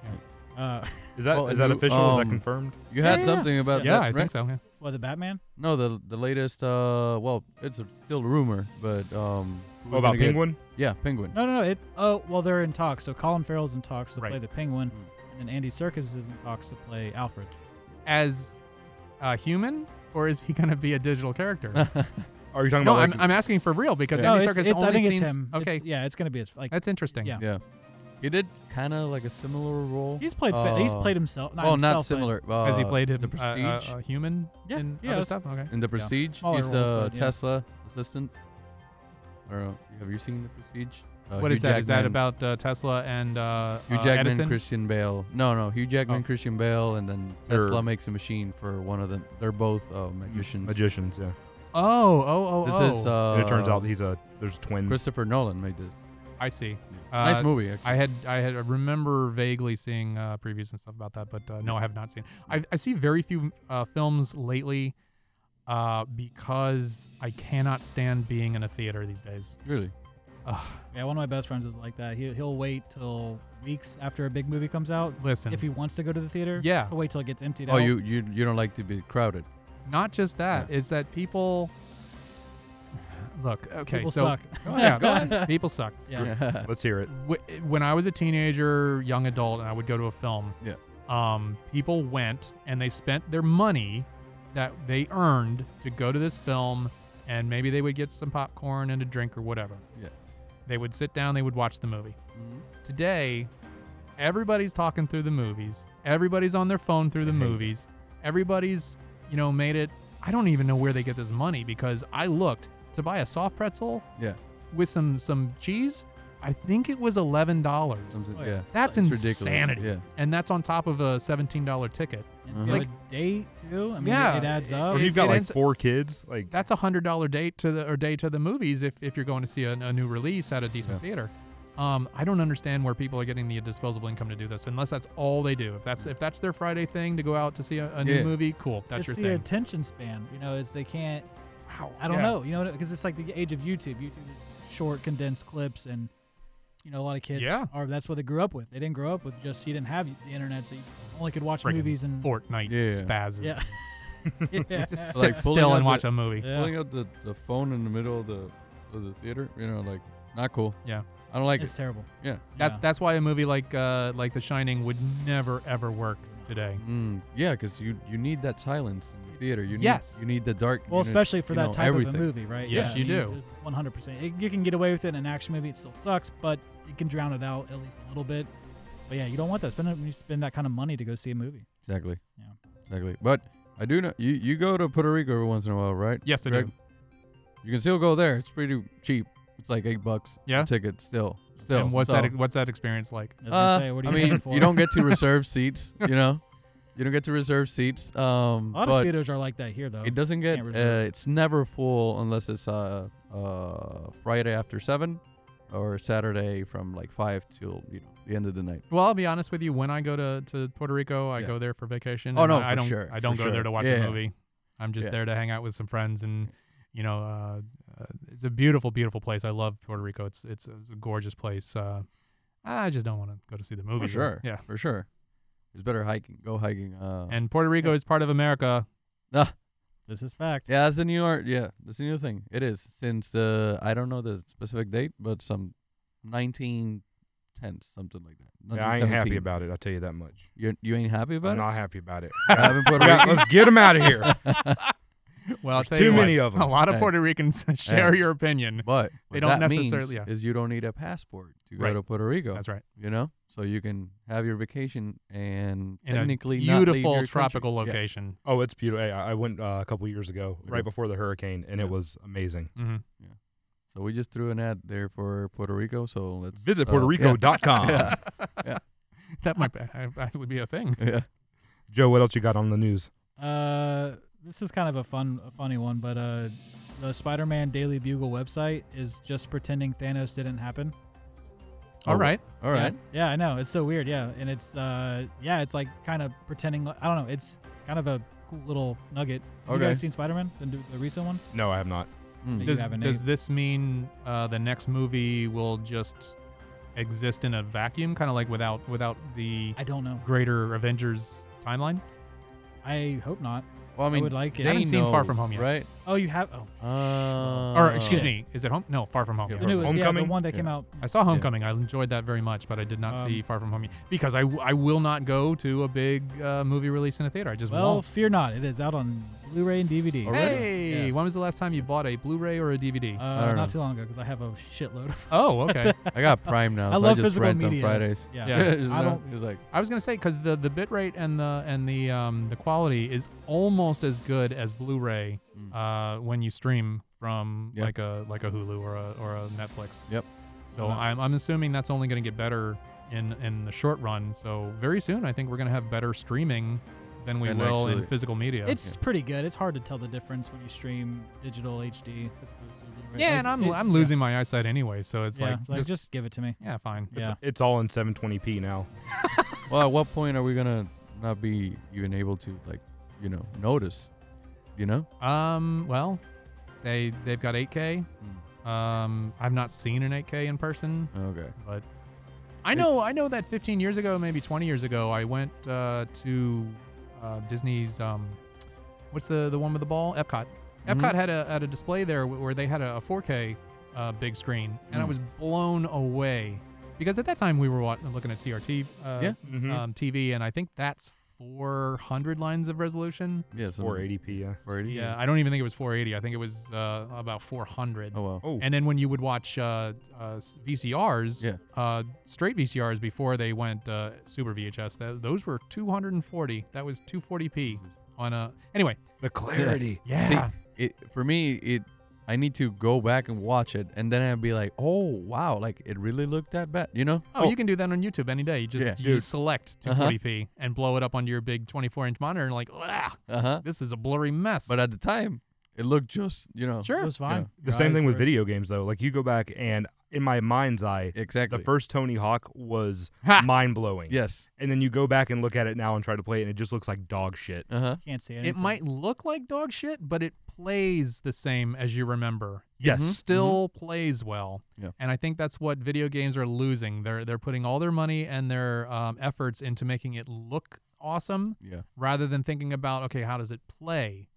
S8: Yeah,
S2: Uh,
S1: Is that
S7: Well,
S1: is
S7: and
S1: that
S7: you-
S1: official? is
S7: um,
S1: that confirmed?
S7: You
S2: Yeah,
S7: had
S2: yeah,
S7: something about
S8: yeah
S7: that,
S8: I
S7: right?
S8: think so. yeah.
S2: well, the Batman.
S7: No, the the latest. Uh, well, it's a, still a rumor, but um. who's
S1: Oh, about
S7: gonna get-
S1: Penguin?
S7: yeah, Penguin.
S2: No, no, no. It. Oh, well, they're in talks. So Colin Farrell's in talks to
S8: Right.
S2: play the Penguin,
S7: Mm.
S2: and then Andy Serkis is in talks to play Alfred.
S8: As a human, or is he going to be a digital character?
S1: Are you talking
S8: No,
S1: about?
S8: I'm,
S1: like,
S8: I'm asking for real because
S7: Yeah.
S8: Andy
S2: no, it's,
S8: Serkis
S2: it's,
S8: only
S2: I think
S8: seems
S2: it's him.
S8: okay.
S2: It's, yeah, it's gonna be his. Like
S8: That's interesting.
S2: Yeah.
S7: yeah. He did kind of like a similar role.
S2: he's played. fa- he's
S8: Oh.
S7: Uh,
S2: played himself. Not
S7: well,
S2: himself,
S7: not
S2: but-
S7: similar. Uh,
S8: Has he played him,
S7: the
S8: uh, uh,
S7: Prestige?
S8: a human
S2: Yeah,
S8: in
S2: yeah,
S8: other
S2: that's-
S8: stuff? Okay.
S7: In the Prestige,
S2: Smaller
S7: he's
S2: roles,
S7: a
S2: but yeah.
S7: Tesla assistant. I don't know. Have you seen the Prestige? Uh,
S8: what
S7: Hugh
S8: is that? Is that
S7: Jackman-
S8: about uh, Tesla and uh,
S7: Hugh
S8: uh,
S7: Jackman,
S8: Edison?
S7: Christian Bale? No, no. Hugh Jackman,
S8: Oh. Er.
S7: Christian Bale, and then
S1: They're-
S7: Tesla makes a machine for one of them. They're both uh, magicians.
S1: magicians. Yeah.
S8: oh, oh, oh,
S7: This
S8: oh.
S7: is. Uh,
S1: and it turns out he's a there's twins.
S7: Christopher Nolan made this.
S8: I see.
S7: Yeah.
S8: Uh,
S7: nice movie. Actually.
S8: I had I had I remember vaguely seeing uh, previews and stuff about that, but uh, no, I have not seen. I I see very few uh, films lately uh, because I cannot stand being in a theater these days.
S7: Really?
S8: Ugh,
S2: Yeah, one of my best friends is like that. He, he'll wait till weeks after a big movie comes out
S8: listen,
S2: if he wants to go to the theater.
S8: Yeah.
S2: he'll wait till it gets emptied
S7: Oh,
S2: out.
S7: you you you don't like to be crowded.
S8: not just that, it's that people. Look,
S2: Uh,
S8: okay,
S2: people
S8: so
S2: suck.
S8: yeah, people suck.
S2: Yeah.
S1: Let's hear it.
S8: Wh- when I was a teenager, young adult, and I would go to a film,
S7: Yeah.
S8: um, people went and they spent their money that they earned to go to this film, and maybe they would get some popcorn and a drink or whatever.
S7: Yeah.
S8: They would sit down, they would watch the movie.
S7: Mm-hmm.
S8: Today, everybody's talking through the movies. Everybody's on their phone through the movies. Everybody's, you know, made it. I don't even know where they get this money because I looked to buy a soft pretzel
S7: Yeah.
S8: with some some cheese. I think it was eleven dollars.
S7: Something-
S2: Oh, yeah.
S7: yeah.
S8: That's
S7: It's ridiculous.
S8: insanity.
S7: Yeah.
S8: And that's on top of a seventeen dollar ticket.
S2: And
S7: Uh-huh.
S2: you
S8: Like-
S2: have a date too. I mean,
S8: Yeah.
S2: it adds
S1: Or
S2: up.
S1: if
S8: It-
S1: you've got
S8: it
S1: like
S8: ends-
S1: four kids, like
S8: That's a hundred dollar date to the or day to the movies if, if you're going to see a, a new release at a decent theater. Um, I don't understand where people are getting the disposable income to do this unless that's all they do. If that's if that's their Friday thing to go out to see a,
S7: Yeah.
S8: a new movie, cool. That's
S2: it's
S8: your
S2: the
S8: thing.
S2: attention span. You know, it's they can't.
S8: Wow.
S2: I don't
S8: Yeah.
S2: know. You know, because it's like the age of YouTube. YouTube is short, condensed clips, and you know, a lot of kids
S8: Yeah.
S2: are. That's what they grew up with. They didn't grow up with just you didn't have the internet, so you only could watch
S8: Friggin'
S2: movies and
S8: Fortnite
S7: Yeah.
S8: spasms.
S2: yeah. yeah.
S8: Just sit
S7: Like pulling
S8: still
S7: out
S8: and watch
S7: the-
S8: a movie.
S2: Yeah.
S7: Pulling out the, the phone in the middle of the of the theater, you know, like not cool.
S8: Yeah.
S7: I don't like
S2: It's
S7: it.
S2: terrible.
S7: Yeah.
S8: That's
S2: Yeah.
S8: that's why a movie like uh, like The Shining would never ever work today.
S7: Mm, yeah, because you you need that silence in the theater. You need,
S8: Yes.
S7: You need the dark.
S2: Well,
S7: you need,
S2: especially for
S7: you
S2: that
S7: know,
S2: type
S7: everything.
S2: of a movie, right?
S8: Yes,
S2: I
S8: you
S2: mean,
S8: do.
S2: there's 100%. It- you can get away with it in an action movie. It still sucks, but you can drown it out at least a little bit. But yeah, you don't want that. Spend, when you spend that kind of money to go see a movie.
S7: Exactly.
S2: Yeah.
S7: Exactly. But I do know you you go to Puerto Rico every once in a while, right?
S8: Yes, I
S7: Greg?
S8: do.
S7: You can still go there. It's pretty cheap. It's like eight bucks. a
S8: Yeah?
S7: Ticket still. Still.
S8: and what's
S7: so- uh,
S8: that what's that experience like?
S2: As I say, what are you
S7: I
S2: paying
S7: mean,
S2: for?
S7: you don't get to reserve seats. You know, you don't get to reserve seats. Um,
S2: A lot
S7: but
S2: of theaters are like that here, though.
S7: it doesn't get.
S2: can't
S7: Uh,
S2: reserve.
S7: it's never full unless it's uh, uh Friday after seven, or Saturday from like five till you know the end of the night.
S8: Well, I'll be honest with you. When I go to, to Puerto Rico, I
S7: Yeah.
S8: go there for vacation.
S7: Oh,
S8: and
S7: no,
S8: I, I
S7: for
S8: don't.
S7: sure,
S8: I don't
S7: for
S8: go there
S7: sure.
S8: to watch
S7: Yeah.
S8: a movie. I'm just
S7: Yeah.
S8: there to hang out with some friends, and you know, uh, uh, it's a beautiful, beautiful place. I love Puerto Rico. It's it's, it's a gorgeous place. Uh, I just don't want to go to see the movie.
S7: For sure.
S8: Yeah.
S7: For sure. It's better hiking. Go hiking. Uh,
S8: And Puerto Rico is part of America.
S2: This is fact.
S7: yeah, that's the New York. Yeah, that's the new thing. It is since the I don't know the specific date, but some nineteen tenth, something like that.
S1: yeah, I ain't happy
S7: 1917.
S1: about it. I'll tell you that much.
S7: You you ain't happy about
S1: I'm
S7: it.
S1: not happy about it.
S7: I haven't put a
S1: Yeah,
S7: ring-
S1: let's get them out of here.
S8: Well, I'll
S1: There's
S8: tell
S1: too
S8: you what,
S1: many of 'em.
S8: A lot of
S7: Hey.
S8: Puerto Ricans share
S7: Hey.
S8: your opinion.
S7: But
S8: They
S7: what
S8: don't
S7: that
S8: necessarily-
S7: means
S8: yeah.
S7: is you don't need a passport to go
S8: Right.
S7: to Puerto Rico.
S8: That's right.
S7: You know, so you can have your vacation and
S8: In a
S7: technically not leave your
S8: beautiful
S7: country.
S8: tropical
S7: Yeah.
S8: location.
S1: Oh, it's beautiful. Hey, I I went uh, a couple years ago,
S7: Okay.
S1: right before the hurricane, and it
S7: Yeah.
S1: was amazing.
S8: hmm
S7: So we just threw an ad there for Puerto Rico. So let's
S1: Visit
S7: uh,
S1: PuertoRico.com.
S7: Yeah.
S8: That might be, actually be a thing.
S7: yeah.
S1: Joe, what else you got on the news?
S2: Uh, this is kind of a fun, a funny one, but uh, the Spider-Man Daily Bugle website is just pretending Thanos didn't happen.
S7: Oh,
S8: All right.
S7: All right.
S2: Yeah, yeah, I know. It's so weird. Yeah, and it's uh, yeah, it's like kind of pretending. I don't know. It's kind of a cool little nugget. Have
S7: Okay.
S2: You guys seen Spider Man? The, the recent one?
S1: No, I have not.
S7: Hmm.
S2: You
S8: Does,
S2: have an
S8: does
S2: eight.
S8: this mean uh, the next movie will just exist in a vacuum, kind of like without without the
S2: I don't know.
S8: greater Avengers timeline?
S2: I hope not.
S7: Well, I mean,
S2: would like it.
S7: they
S8: Haven't seen Far
S7: know,
S8: From Home yet.
S7: right?
S2: Oh, you have. Oh,
S7: Uh,
S8: or excuse me, is it Home? No, Far From Home.
S7: Yeah,
S8: yeah.
S2: and it was yeah, the
S1: Homecoming?
S2: one that came
S7: Yeah.
S2: out.
S8: I saw Homecoming. I enjoyed that very much, but I did not see
S2: Um,
S8: Far From Home yet because I, w- I will not go to a big uh, movie release in a theater. I just
S2: Well,
S8: won't.
S2: fear not. It is out on Blu-ray and DVD.
S7: Alright. Already?
S8: Oh, Hey,
S2: Yes.
S8: when was the last time you bought a Blu-ray or a DVD?
S2: Uh,
S7: don't
S2: not
S7: know.
S2: too long ago because I have a shitload. Of,
S8: oh, okay.
S7: I got Prime now.
S2: I
S7: so
S2: love
S7: I just
S2: physical
S7: rent
S2: media.
S7: on Fridays.
S2: Yeah.
S8: Yeah.
S7: It's
S2: I
S7: not-
S2: don't-
S7: It's like
S8: I was gonna say because the the bit rate and the and the um the quality is almost as good as Blu-ray uh, when you stream from
S7: Yeah.
S8: like a like a Hulu or a or a Netflix.
S7: Yep.
S8: So
S2: Wow.
S8: I'm I'm assuming that's only gonna get better in in the short run. So very soon I think we're gonna have better streaming than we
S7: And
S8: will in
S7: actually-
S8: physical media.
S2: It's pretty good. It's hard to tell the difference when you stream digital HD as opposed to Blu-ray.
S8: yeah,
S2: Like,
S8: and I'm
S2: it-
S8: I'm
S2: yeah.
S8: losing my eyesight anyway, so it's
S2: Yeah,
S8: like,
S2: it's like,
S8: just-
S2: just give it to me.
S8: yeah, fine.
S2: Yeah.
S1: It's, it's all in 720p now.
S7: well, at what point are we gonna not be even able to like, you know, notice? You know.
S8: Um, well, they they've got 8K. Um, I've not seen an 8K in person.
S7: Okay.
S8: but I know I know that 15 years ago, maybe 20 years ago, I went uh, to uh, Disney's um, what's the the one with the ball?
S7: Mhm.
S8: Epcot. Epcot had a had a display there wh- where they had a, a 4K uh, big screen, and I
S7: Mm.
S8: was blown away because at that time we were wat- looking at CRT uh,
S7: Yeah. Mm-hmm.
S1: Mhm.
S8: um, TV, and I think that's 400 lines of resolution.
S7: Yeah, so
S1: 480p. Yeah.
S7: 480.
S8: Yeah, I don't even think it was 480. I think it was uh, about 400.
S7: Oh well.
S1: Oh,
S8: And then when you would watch uh, uh, s- VCRs,
S7: Yeah.
S8: uh, straight VCRs before they went uh, super VHS, th- those were 240. That was 240p on a. Anyway,
S1: the clarity.
S8: yeah.
S7: Mm-hmm. See, it for me, it I need to go back and watch it, and then I'd be like, oh wow, like it really looked that bad, you know?
S8: Oh, you can do that on YouTube any day. You just
S7: Yeah.
S8: you
S7: Dude.
S8: select
S7: Uh-huh.
S8: 240p and blow it up onto your big 24 inch monitor and like, ah,
S7: Uh huh.
S8: this is a blurry mess.
S7: But at the time, it looked just, you know.
S8: sure,
S2: It was fine.
S1: The same thing with video games though. Like you go back and in my mind's eye,
S7: Exactly.
S1: the first Tony Hawk was
S8: Ha!
S1: mind blowing.
S7: Yes.
S1: And then you go back and look at it now and try to play it, and it just looks like dog shit.
S7: Uh huh.
S2: Can't see anything.
S8: it might look like dog shit, but it plays the same as you remember.
S1: Yes.
S8: It still plays well.
S7: Mm-hmm. Yeah.
S8: And I think that's what video games are losing. They're they're putting all their money and their um, efforts into making it look awesome
S7: Yeah.
S8: rather than thinking about okay, how does it play?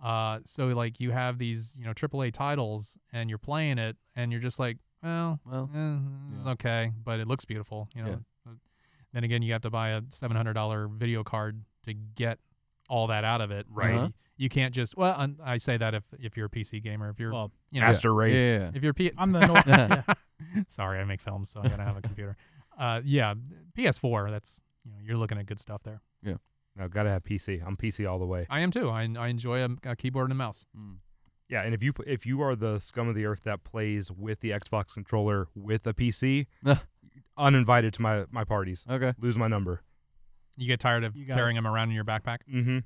S8: Uh, so like you have these you know AAA titles and you're playing it and you're just like, well,
S7: Well,
S8: eh,
S7: yeah.
S8: okay, but it looks beautiful, you know.
S7: Yeah.
S8: But Then again, you have to buy a seven hundred dollar video card to get all that out of it,
S1: Right.
S7: Uh-huh.
S8: You can't just well, un- I say that if if you're a PC gamer, if you're
S2: Well,
S8: you know,
S1: Master
S7: Yeah.
S1: Race.
S7: yeah, yeah.
S8: if you're P-
S2: I'm the North. yeah.
S8: sorry, I make films, so I gotta have a computer. Uh, yeah, PS4. That's you know, you're looking at good stuff there.
S1: No, gotta have PC. I'm PC all the way.
S8: I am too. I I enjoy a, a keyboard and a mouse.
S7: Mm.
S1: Yeah, and if you p- if you are the scum of the earth that plays with the Xbox controller with a PC,
S7: Ugh.
S1: uninvited to my my parties,
S7: Okay.
S1: lose my number.
S8: You get tired of
S2: You got
S8: carrying them around in your backpack.
S1: Mm-hmm.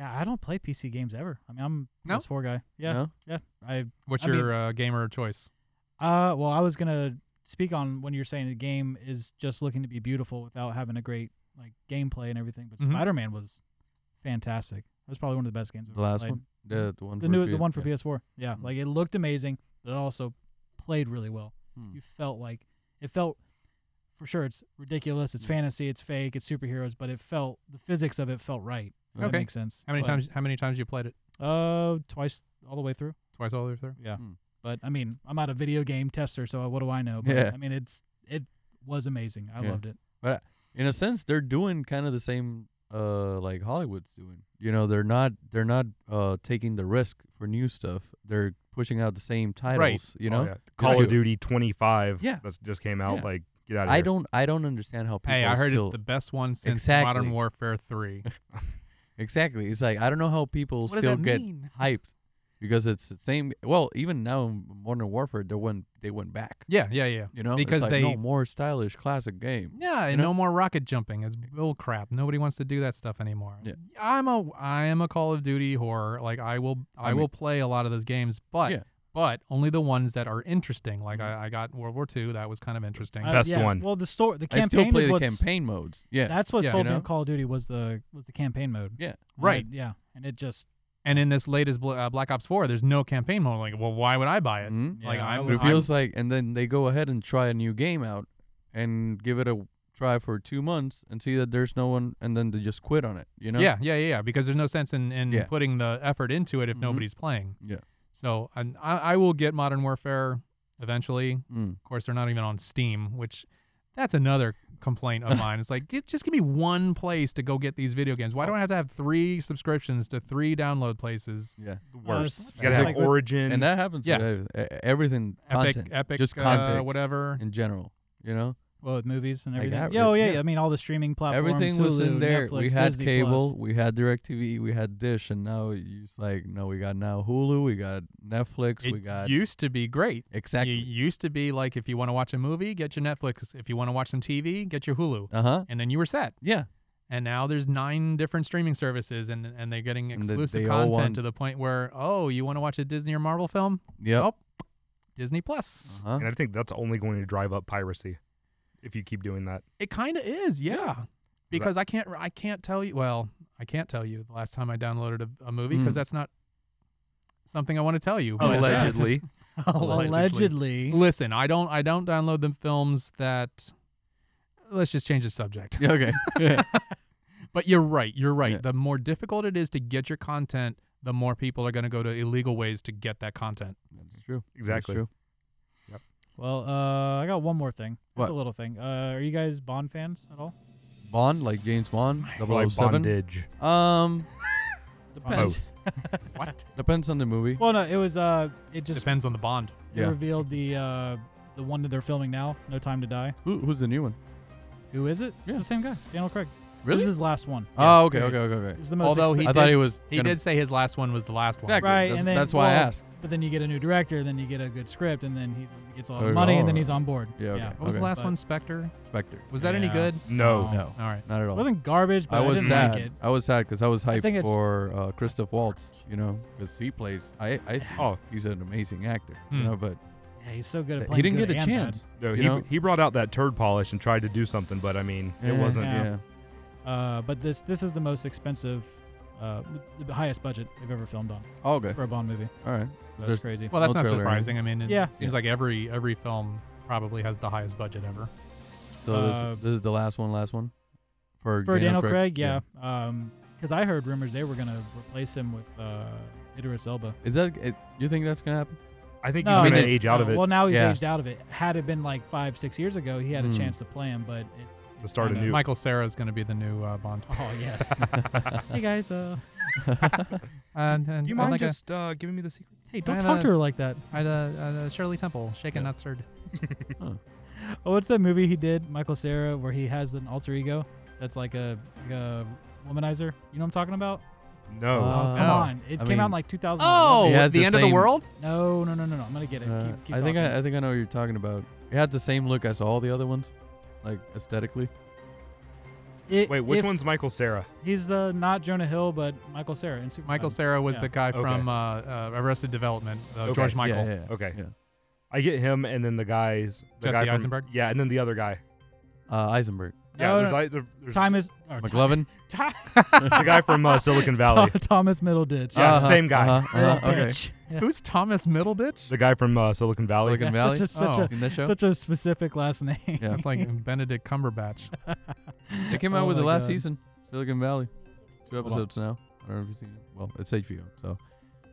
S2: I don't play PC games ever. I mean, I'm
S8: No?
S2: PS4 guy. Yeah,
S7: No?
S2: yeah. I
S8: What's
S2: I mean-
S8: your uh, gamer of choice?
S2: uh, well, I was gonna speak on when you're saying the game is just looking to be beautiful without having a great like gameplay and everything. But
S7: Mm-hmm.
S8: Mhm.
S2: Spider-Man was fantastic. That was probably one of the best games. I've
S7: The
S2: ever
S7: last
S2: played.
S7: one. The, mm, the one.
S2: the
S7: for
S2: new
S7: P-
S2: the one for
S7: yeah.
S2: PS4. Yeah,
S7: Mm.
S2: like it looked amazing, but it also played really well.
S7: Hmm.
S2: You felt like it felt for sure it's ridiculous,
S7: Hmm.
S2: it's fantasy, it's fake, it's superheroes, but it felt the physics of it felt right. If That
S8: Okay.
S2: makes sense.
S8: How many
S2: But,
S8: times? How many times you played it?
S2: Uh, twice all the way through.
S8: Twice all the way through.
S2: Yeah.
S7: Hmm.
S2: But I mean, I'm not a video game tester, so uh, what do I know? But,
S7: Yeah.
S2: I mean, it's it was amazing. I
S7: Yeah.
S2: loved it.
S7: In a sense, they're doing kind of the same, uh, like Hollywood's doing. You know, they're not they're not uh taking the risk for new stuff. They're pushing out the same titles. You know.
S1: oh, yeah. Call
S7: do
S1: of
S7: it.
S1: Duty 25.
S7: Yeah.
S1: that just came out.
S7: Yeah.
S1: Like, get out of here.
S7: I don't I don't understand how people
S8: Hey, I heard
S7: still
S8: it's the best one since
S7: Exactly.
S8: Modern Warfare Three.
S7: exactly. It's like I don't know how people
S8: What does
S7: still
S8: that
S7: get
S8: mean?
S7: hyped because it's the same. Well, even now in Modern Warfare, they went they went back.
S8: Yeah, yeah, yeah.
S7: You know, It's
S8: because
S7: like,
S8: they
S7: no more stylish classic game.
S8: yeah, and
S7: know?
S8: no more rocket jumping. It's bull crap. Nobody wants to do that stuff anymore.
S7: Yeah.
S8: I'm a I am a Call of Duty horror. Like I will
S7: I
S8: I,
S7: mean-
S8: will play a lot of those games, but
S7: Yeah. Mm-hmm.
S8: but only the ones that are interesting. Like I, I got World War II. That was kind of interesting.
S2: I-
S1: Best
S2: Uh, yeah,
S1: one.
S2: Well, the story, the
S7: I still
S2: campaign
S7: play
S2: is
S7: the
S2: what's-
S7: campaign modes. Yeah,
S2: That's what
S8: Yeah.
S2: sold
S7: You
S2: me on
S7: know?
S2: Call of Duty was the was the campaign mode.
S7: Yeah.
S2: And
S8: Right.
S2: it- yeah, and it just
S8: and in this latest Bla- uh, Black Ops Four, there's no campaign mode. Like, well, why would I buy it?
S7: Mhm.
S8: Like
S2: Yeah, I
S8: I'm,
S7: But it
S2: was-
S8: I'm-
S7: feels like, and then they go ahead and try a new game out, and give it a try for two months and see that there's no one, and then they just quit on it. You know?
S8: Yeah, yeah, yeah, yeah. Because there's no sense in, in
S7: Yeah.
S8: putting the effort into it if
S7: Mhm.
S8: nobody's playing.
S7: Yeah.
S8: So and I, I will get Modern Warfare eventually.
S7: Mm.
S8: Of course, they're not even on Steam, which that's another complaint of mine. It's like, "Gi- just give me one place to go get these video games. Why do I have to have three subscriptions to three download places?
S7: Yeah.
S1: The
S2: Uh,
S1: worst.
S2: it's
S1: you gotta have
S2: like with-
S1: Origin.
S7: And that happens.
S8: Yeah.
S7: Yeah. With ev- e- everything. Content.
S8: Epic, Epic,
S7: Just
S8: uh,
S7: content.
S8: whatever.
S7: in general. You know,
S2: well with movies and
S7: Like
S2: everything.
S7: that,
S2: yeah, oh, yeah,
S7: yeah.
S2: I mean, all the streaming platforms.
S7: everything was in
S2: Hulu,
S7: there. we
S2: Netflix,
S7: had
S2: Disney
S7: cable,
S2: Plus.
S7: we had Directv, we had Dish, and now it's like, no, we got now Hulu, we got Netflix, we
S8: It
S7: got
S8: used to be great.
S7: exactly.
S8: You used to be like, if you want to watch a movie, get your Netflix. If you want to watch some TV, get your Hulu.
S7: uh huh.
S8: And then you were set.
S7: Yeah.
S8: and now there's nine different streaming services and and they're getting
S7: And they-
S8: exclusive
S7: they all
S8: content
S7: want-
S8: to the point where oh you want to watch a disney or marvel film
S7: Yep.
S8: Nope. disney plus
S7: Uh-huh.
S1: and I think that's only going to drive up piracy if you keep doing that.
S8: it kind of is yeah, because i can't i can't tell you well i can't tell you the last time i downloaded a, a movie because
S7: Mm.
S8: that's not something i want to tell you
S7: Oh,
S8: but- uh,
S1: Allegedly.
S2: Allegedly.
S8: listen i don't i don't download the films that let's just change the subject
S7: Yeah, okay.
S8: But you're right. You're right.
S7: Yeah.
S8: The more difficult it is to get your content, the more people are going to go to illegal ways to get that content.
S7: That's true.
S1: Exactly.
S7: That's true.
S2: Well, uh, I got one more thing. It's
S7: What?
S2: a little thing. Uh, are you guys Bond fans at all?
S7: Bond, like James Bond,
S1: like
S7: 007?
S1: bondage.
S7: Um,
S2: Depends.
S8: What?
S7: depends on the movie.
S2: Well, no, it was. Uh, it just
S8: Depends on the bond.
S2: They
S7: Yeah.
S2: revealed the uh, the one that they're filming now, No Time to Die.
S7: Who, who's the new one?
S2: Who is it?
S7: Yeah.
S2: It's the same guy, Daniel Craig.
S7: Really?
S2: This is his last one.
S7: oh, okay,
S2: Yeah.
S7: okay, okay, okay.
S2: This is the most
S8: Although he
S7: I
S2: expensive-
S7: thought
S8: did-
S7: he was.
S8: He
S7: gonna-
S8: did say his last one was the last one.
S7: Exactly.
S2: Right,
S7: That's,
S2: and then-
S7: that's why I
S2: well-
S7: asked.
S2: but then you get a new director, then you get a good script, and then he's, he gets all the
S7: Oh,
S2: money, and
S7: alright.
S2: then he's on board.
S7: Yeah, okay.
S8: What was
S7: Okay.
S8: the last
S2: But-
S8: one? Spectre.
S7: Spectre.
S8: Was that any
S2: Yeah.
S8: good?
S1: No.
S7: No,
S8: All right.
S7: not at all.
S2: It wasn't garbage, but
S7: Oh. I
S2: I,
S7: was
S2: didn't
S7: sad.
S2: like it.
S7: I was sad because I was
S2: I
S7: hyped
S2: think it's-
S7: for uh, Christoph Waltz. You know, because he plays. I, I, think
S1: Oh.
S7: he's an amazing actor. You
S8: Hmm.
S7: know, but
S2: Yeah, he's so good at playing.
S7: he didn't
S2: good
S7: get a
S2: and bad.
S7: chance.
S1: No,
S7: You
S1: he,
S7: know?
S1: he brought out that turd polish and tried to do something, but I mean, it
S7: Eh,
S1: wasn't.
S7: Yeah.
S2: Yeah. Uh, but this this is the most expensive, uh, the, the highest budget they've ever filmed on
S7: Oh, okay.
S2: for a Bond movie.
S7: All right.
S2: That's
S7: There's-
S2: crazy.
S8: Well, that's
S7: No
S8: not
S7: trailer, right?
S8: surprising. I mean, it
S2: Yeah.
S8: seems like every every film probably has the highest budget ever.
S7: So
S2: Uh,
S7: this, this is the last one. Last one. For,
S2: for Daniel Craig, yeah. Um 'cause because I heard rumors they were gonna replace him with uh, Idris Elba.
S7: Is that? It, you think that's gonna happen?
S1: I think
S2: No,
S1: he's
S7: I
S1: going
S7: mean,
S1: to age out of
S2: Uh,
S1: it
S2: Well, now he's
S7: Yeah.
S2: aged out of it. Had it been like five, six years ago, he had a
S7: Hmm.
S2: chance to play him, but it's.
S1: to start a
S2: kinda-
S1: new.
S8: Michael Sarah is going to be the new uh, Bond.
S2: Oh yes. hey guys, uh,
S8: And, and
S1: do you
S8: I'd
S1: mind
S8: like a-
S1: just uh, giving me the secret?
S2: hey,
S8: I
S2: don't
S8: have
S2: talk to
S8: a-
S2: her like that.
S8: I'd, uh, uh, Shirley Temple, shaken,
S7: Yeah.
S8: not stirred.
S2: Oh, what's that movie he did, Michael Sarah, where he has an alter ego that's like a, like a womanizer? You know what I'm talking about?
S1: No.
S7: Uh,
S2: Come
S7: Oh.
S2: on, it
S7: I
S2: came
S7: mean-
S2: out in like 2000.
S7: He has
S8: Oh, the
S7: the
S8: end of the
S7: same-
S8: world.
S2: No, no, no, no, no. I'm gonna get it.
S7: Uh,
S2: keep, keep
S7: I think
S2: talking.
S7: I, I think I know what you're talking about. It had the same look as all the other ones, like aesthetically.
S2: It-
S1: Wait, which
S2: if-
S1: one's Michael Sarah?
S2: He's uh, not Jonah Hill, but Michael Sarah in Superman.
S8: Michael Sarah was
S2: Yeah.
S8: the guy
S1: Okay.
S8: from uh, uh, Arrested Development. Uh,
S1: Okay.
S8: George
S1: Yeah,
S8: Michael.
S7: Yeah, yeah, yeah.
S1: Okay.
S7: Yeah.
S1: I get him, and then the guys, the
S8: Jesse
S1: guy from-
S8: Eisenberg?
S1: Yeah, and then the other guy.
S7: Uh, Eisenberg,
S1: Yeah,
S2: No,
S1: there's,
S2: no,
S1: I, there- there's
S2: Time is or
S7: McLovin,
S2: Time,
S1: the guy from uh, Silicon Valley.
S2: Thomas Middleditch.
S1: Yeah,
S7: Uh-huh,
S1: same guy.
S7: uh-huh,
S2: Little
S7: uh-huh, Oh, okay.
S2: bitch. Yeah.
S8: Who's Thomas Middleditch?
S1: The guy from uh, Silicon Valley.
S7: Silicon
S2: Yeah,
S7: Valley.
S2: such a- such
S8: Oh.
S7: Seen that show?
S2: Such a specific last name.
S7: yeah.
S8: That's like Benedict Cumberbatch.
S7: They came out
S2: Oh
S7: with the
S2: my
S7: last
S2: God.
S7: season, Silicon Valley. Two
S2: on.
S7: episodes now. I don't know if you've seen it. Well, it's HBO, so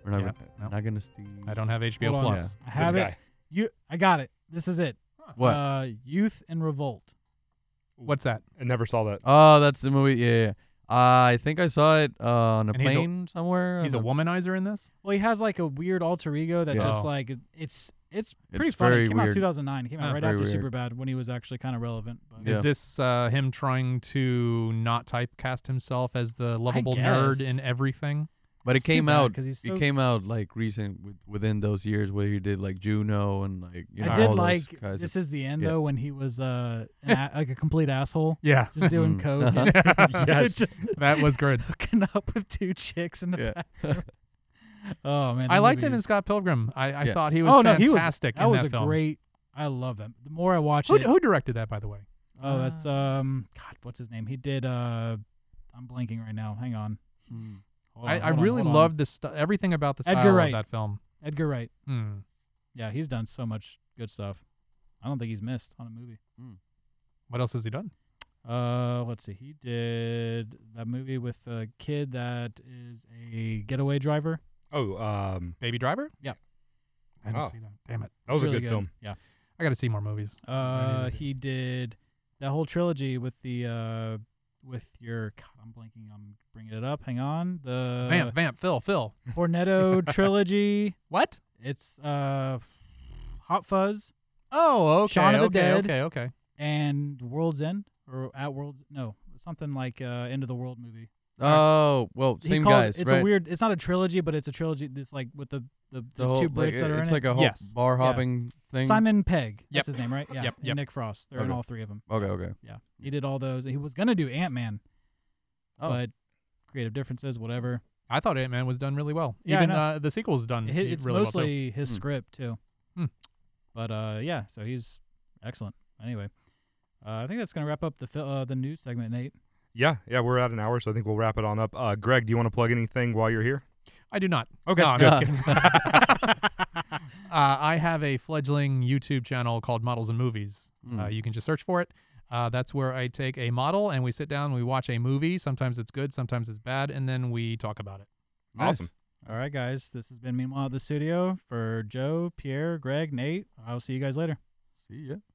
S7: we're not
S8: Yeah,
S7: gonna,
S8: no.
S7: not gonna see.
S8: I don't have HBO
S2: Hold on.
S8: Plus.
S2: I
S1: This
S2: have it.
S1: guy.
S2: You, I got it. This is it.
S7: What?
S2: Uh, Youth and Revolt.
S8: What's that?
S1: I never saw that.
S7: oh, that's the movie. Yeah, yeah. yeah. I think I saw it uh, on a
S8: And he's a-
S7: plane somewhere.
S8: He's a
S7: on the-
S8: womanizer in this.
S2: Well, he has like a weird alter ego that
S7: Yeah.
S2: just
S8: Oh.
S2: like it's it's pretty
S7: It's
S2: funny.
S7: very
S2: it came out
S7: weird.
S2: 2009. It came out
S8: That's
S2: right
S7: very
S2: after
S7: weird.
S2: Superbad when he was actually kind of relevant. But
S7: Yeah.
S8: Is this uh, him trying to not typecast himself as the lovable nerd
S2: guess.
S8: in everything?
S7: But it
S2: It's too
S7: came
S2: bad
S7: out.
S2: 'cause he's so-
S7: it came out like recent with, within those years where he did like Juno and like you know
S2: I did
S7: all
S2: like
S7: those guys.
S2: this is the end
S7: yeah.
S2: though when he was uh an a- like a complete asshole
S8: Yeah,
S2: just doing
S7: Mm.
S2: coke
S7: Uh-huh.
S2: and
S1: Yes.
S2: just
S8: that was good.
S2: hooking up with two chicks in the
S7: Yeah.
S2: bathroom. Oh man,
S8: I
S2: that
S8: liked
S2: movie
S8: him in
S2: is-
S8: Scott Pilgrim. I, I
S7: Yeah.
S8: thought he was
S2: oh no, he was
S8: fantastic
S2: that
S8: in
S2: was
S8: that
S2: a
S8: film.
S2: great. I love him. The more I watch
S8: who,
S2: it,
S8: who directed that, by the way?
S2: oh
S8: Uh,
S2: that's um God, what's his name? He did uh, I'm blanking right now. Hang on.
S7: Mm.
S2: Hold
S8: I,
S2: on,
S8: I
S2: hold on,
S8: really
S2: hold on.
S8: loved the stu- everything about the
S2: Edgar
S8: style
S2: Wright.
S8: of that film.
S2: Edgar Wright.
S8: Hmm.
S2: Yeah, he's done so much good stuff. I don't think he's missed on a movie.
S8: What else has he done?
S2: Uh, let's see. He did that movie with a kid that is a getaway driver.
S1: Oh, um,
S8: Baby Driver.
S2: Yeah.
S8: I didn't
S1: Oh.
S8: see that. Damn it!
S1: that was
S2: Really
S1: a good, film.
S2: Yeah.
S8: I got to see more movies.
S2: Uh, he did that whole trilogy with the uh with your God, I'm blanking. I'm bringing it up. Hang on. The
S8: vamp, vamp, Phil, Phil.
S2: Cornetto trilogy.
S8: What?
S2: It's uh Hot Fuzz
S8: Oh, okay,
S2: Shaun of the
S8: okay,
S2: Dead.
S8: okay, okay.
S2: and World's End or At World's No, something like uh End of the World movie.
S7: Oh well,
S2: He
S7: same
S2: calls-
S7: guys,
S2: It's
S7: right?
S2: a weird. It's not a trilogy, but it's a trilogy. That's like with the the, the,
S7: The whole-
S2: two
S7: like,
S2: Brits that are
S7: it's
S2: in
S7: like
S2: it.
S7: a whole
S8: Yes.
S7: bar
S2: Yeah.
S7: hopping thing.
S2: Simon Pegg.
S8: Yep.
S2: That's his name, right? Yeah.
S8: Yep,
S2: and
S8: yep.
S2: Nick Frost. They're in
S7: Okay.
S2: all three of them.
S7: Okay, okay.
S2: Yeah. He did all those. He was gonna do Ant Man,
S7: Oh.
S2: but creative differences, whatever.
S8: I thought Ant Man was done really well.
S2: Yeah, I
S8: Even
S2: know.
S8: uh, the sequel's done
S2: It-
S8: really
S2: it's
S8: well, too.
S2: mostly his
S7: Hmm.
S2: script too.
S8: Hmm.
S2: But uh, yeah. So he's excellent. Anyway, uh, I think that's gonna wrap up the fil- uh, the news segment, Nate.
S1: Yeah, yeah, we're at an hour, so I think we'll wrap it on up. Uh, Greg, do you want to plug anything while you're here?
S8: I do not.
S1: Okay.
S8: No, I'm just kidding. uh, I have a fledgling YouTube channel called Models and Movies. Uh,
S7: Mm.
S8: you can just search for it. Uh, that's where I take a model and we sit down, we watch a movie. Sometimes it's good, sometimes it's bad, and then we talk about it.
S1: Awesome.
S2: All right, guys. This has been Meanwhile at the Studio for Joe, Pierre, Greg, Nate. I'll see you guys later.
S7: See ya.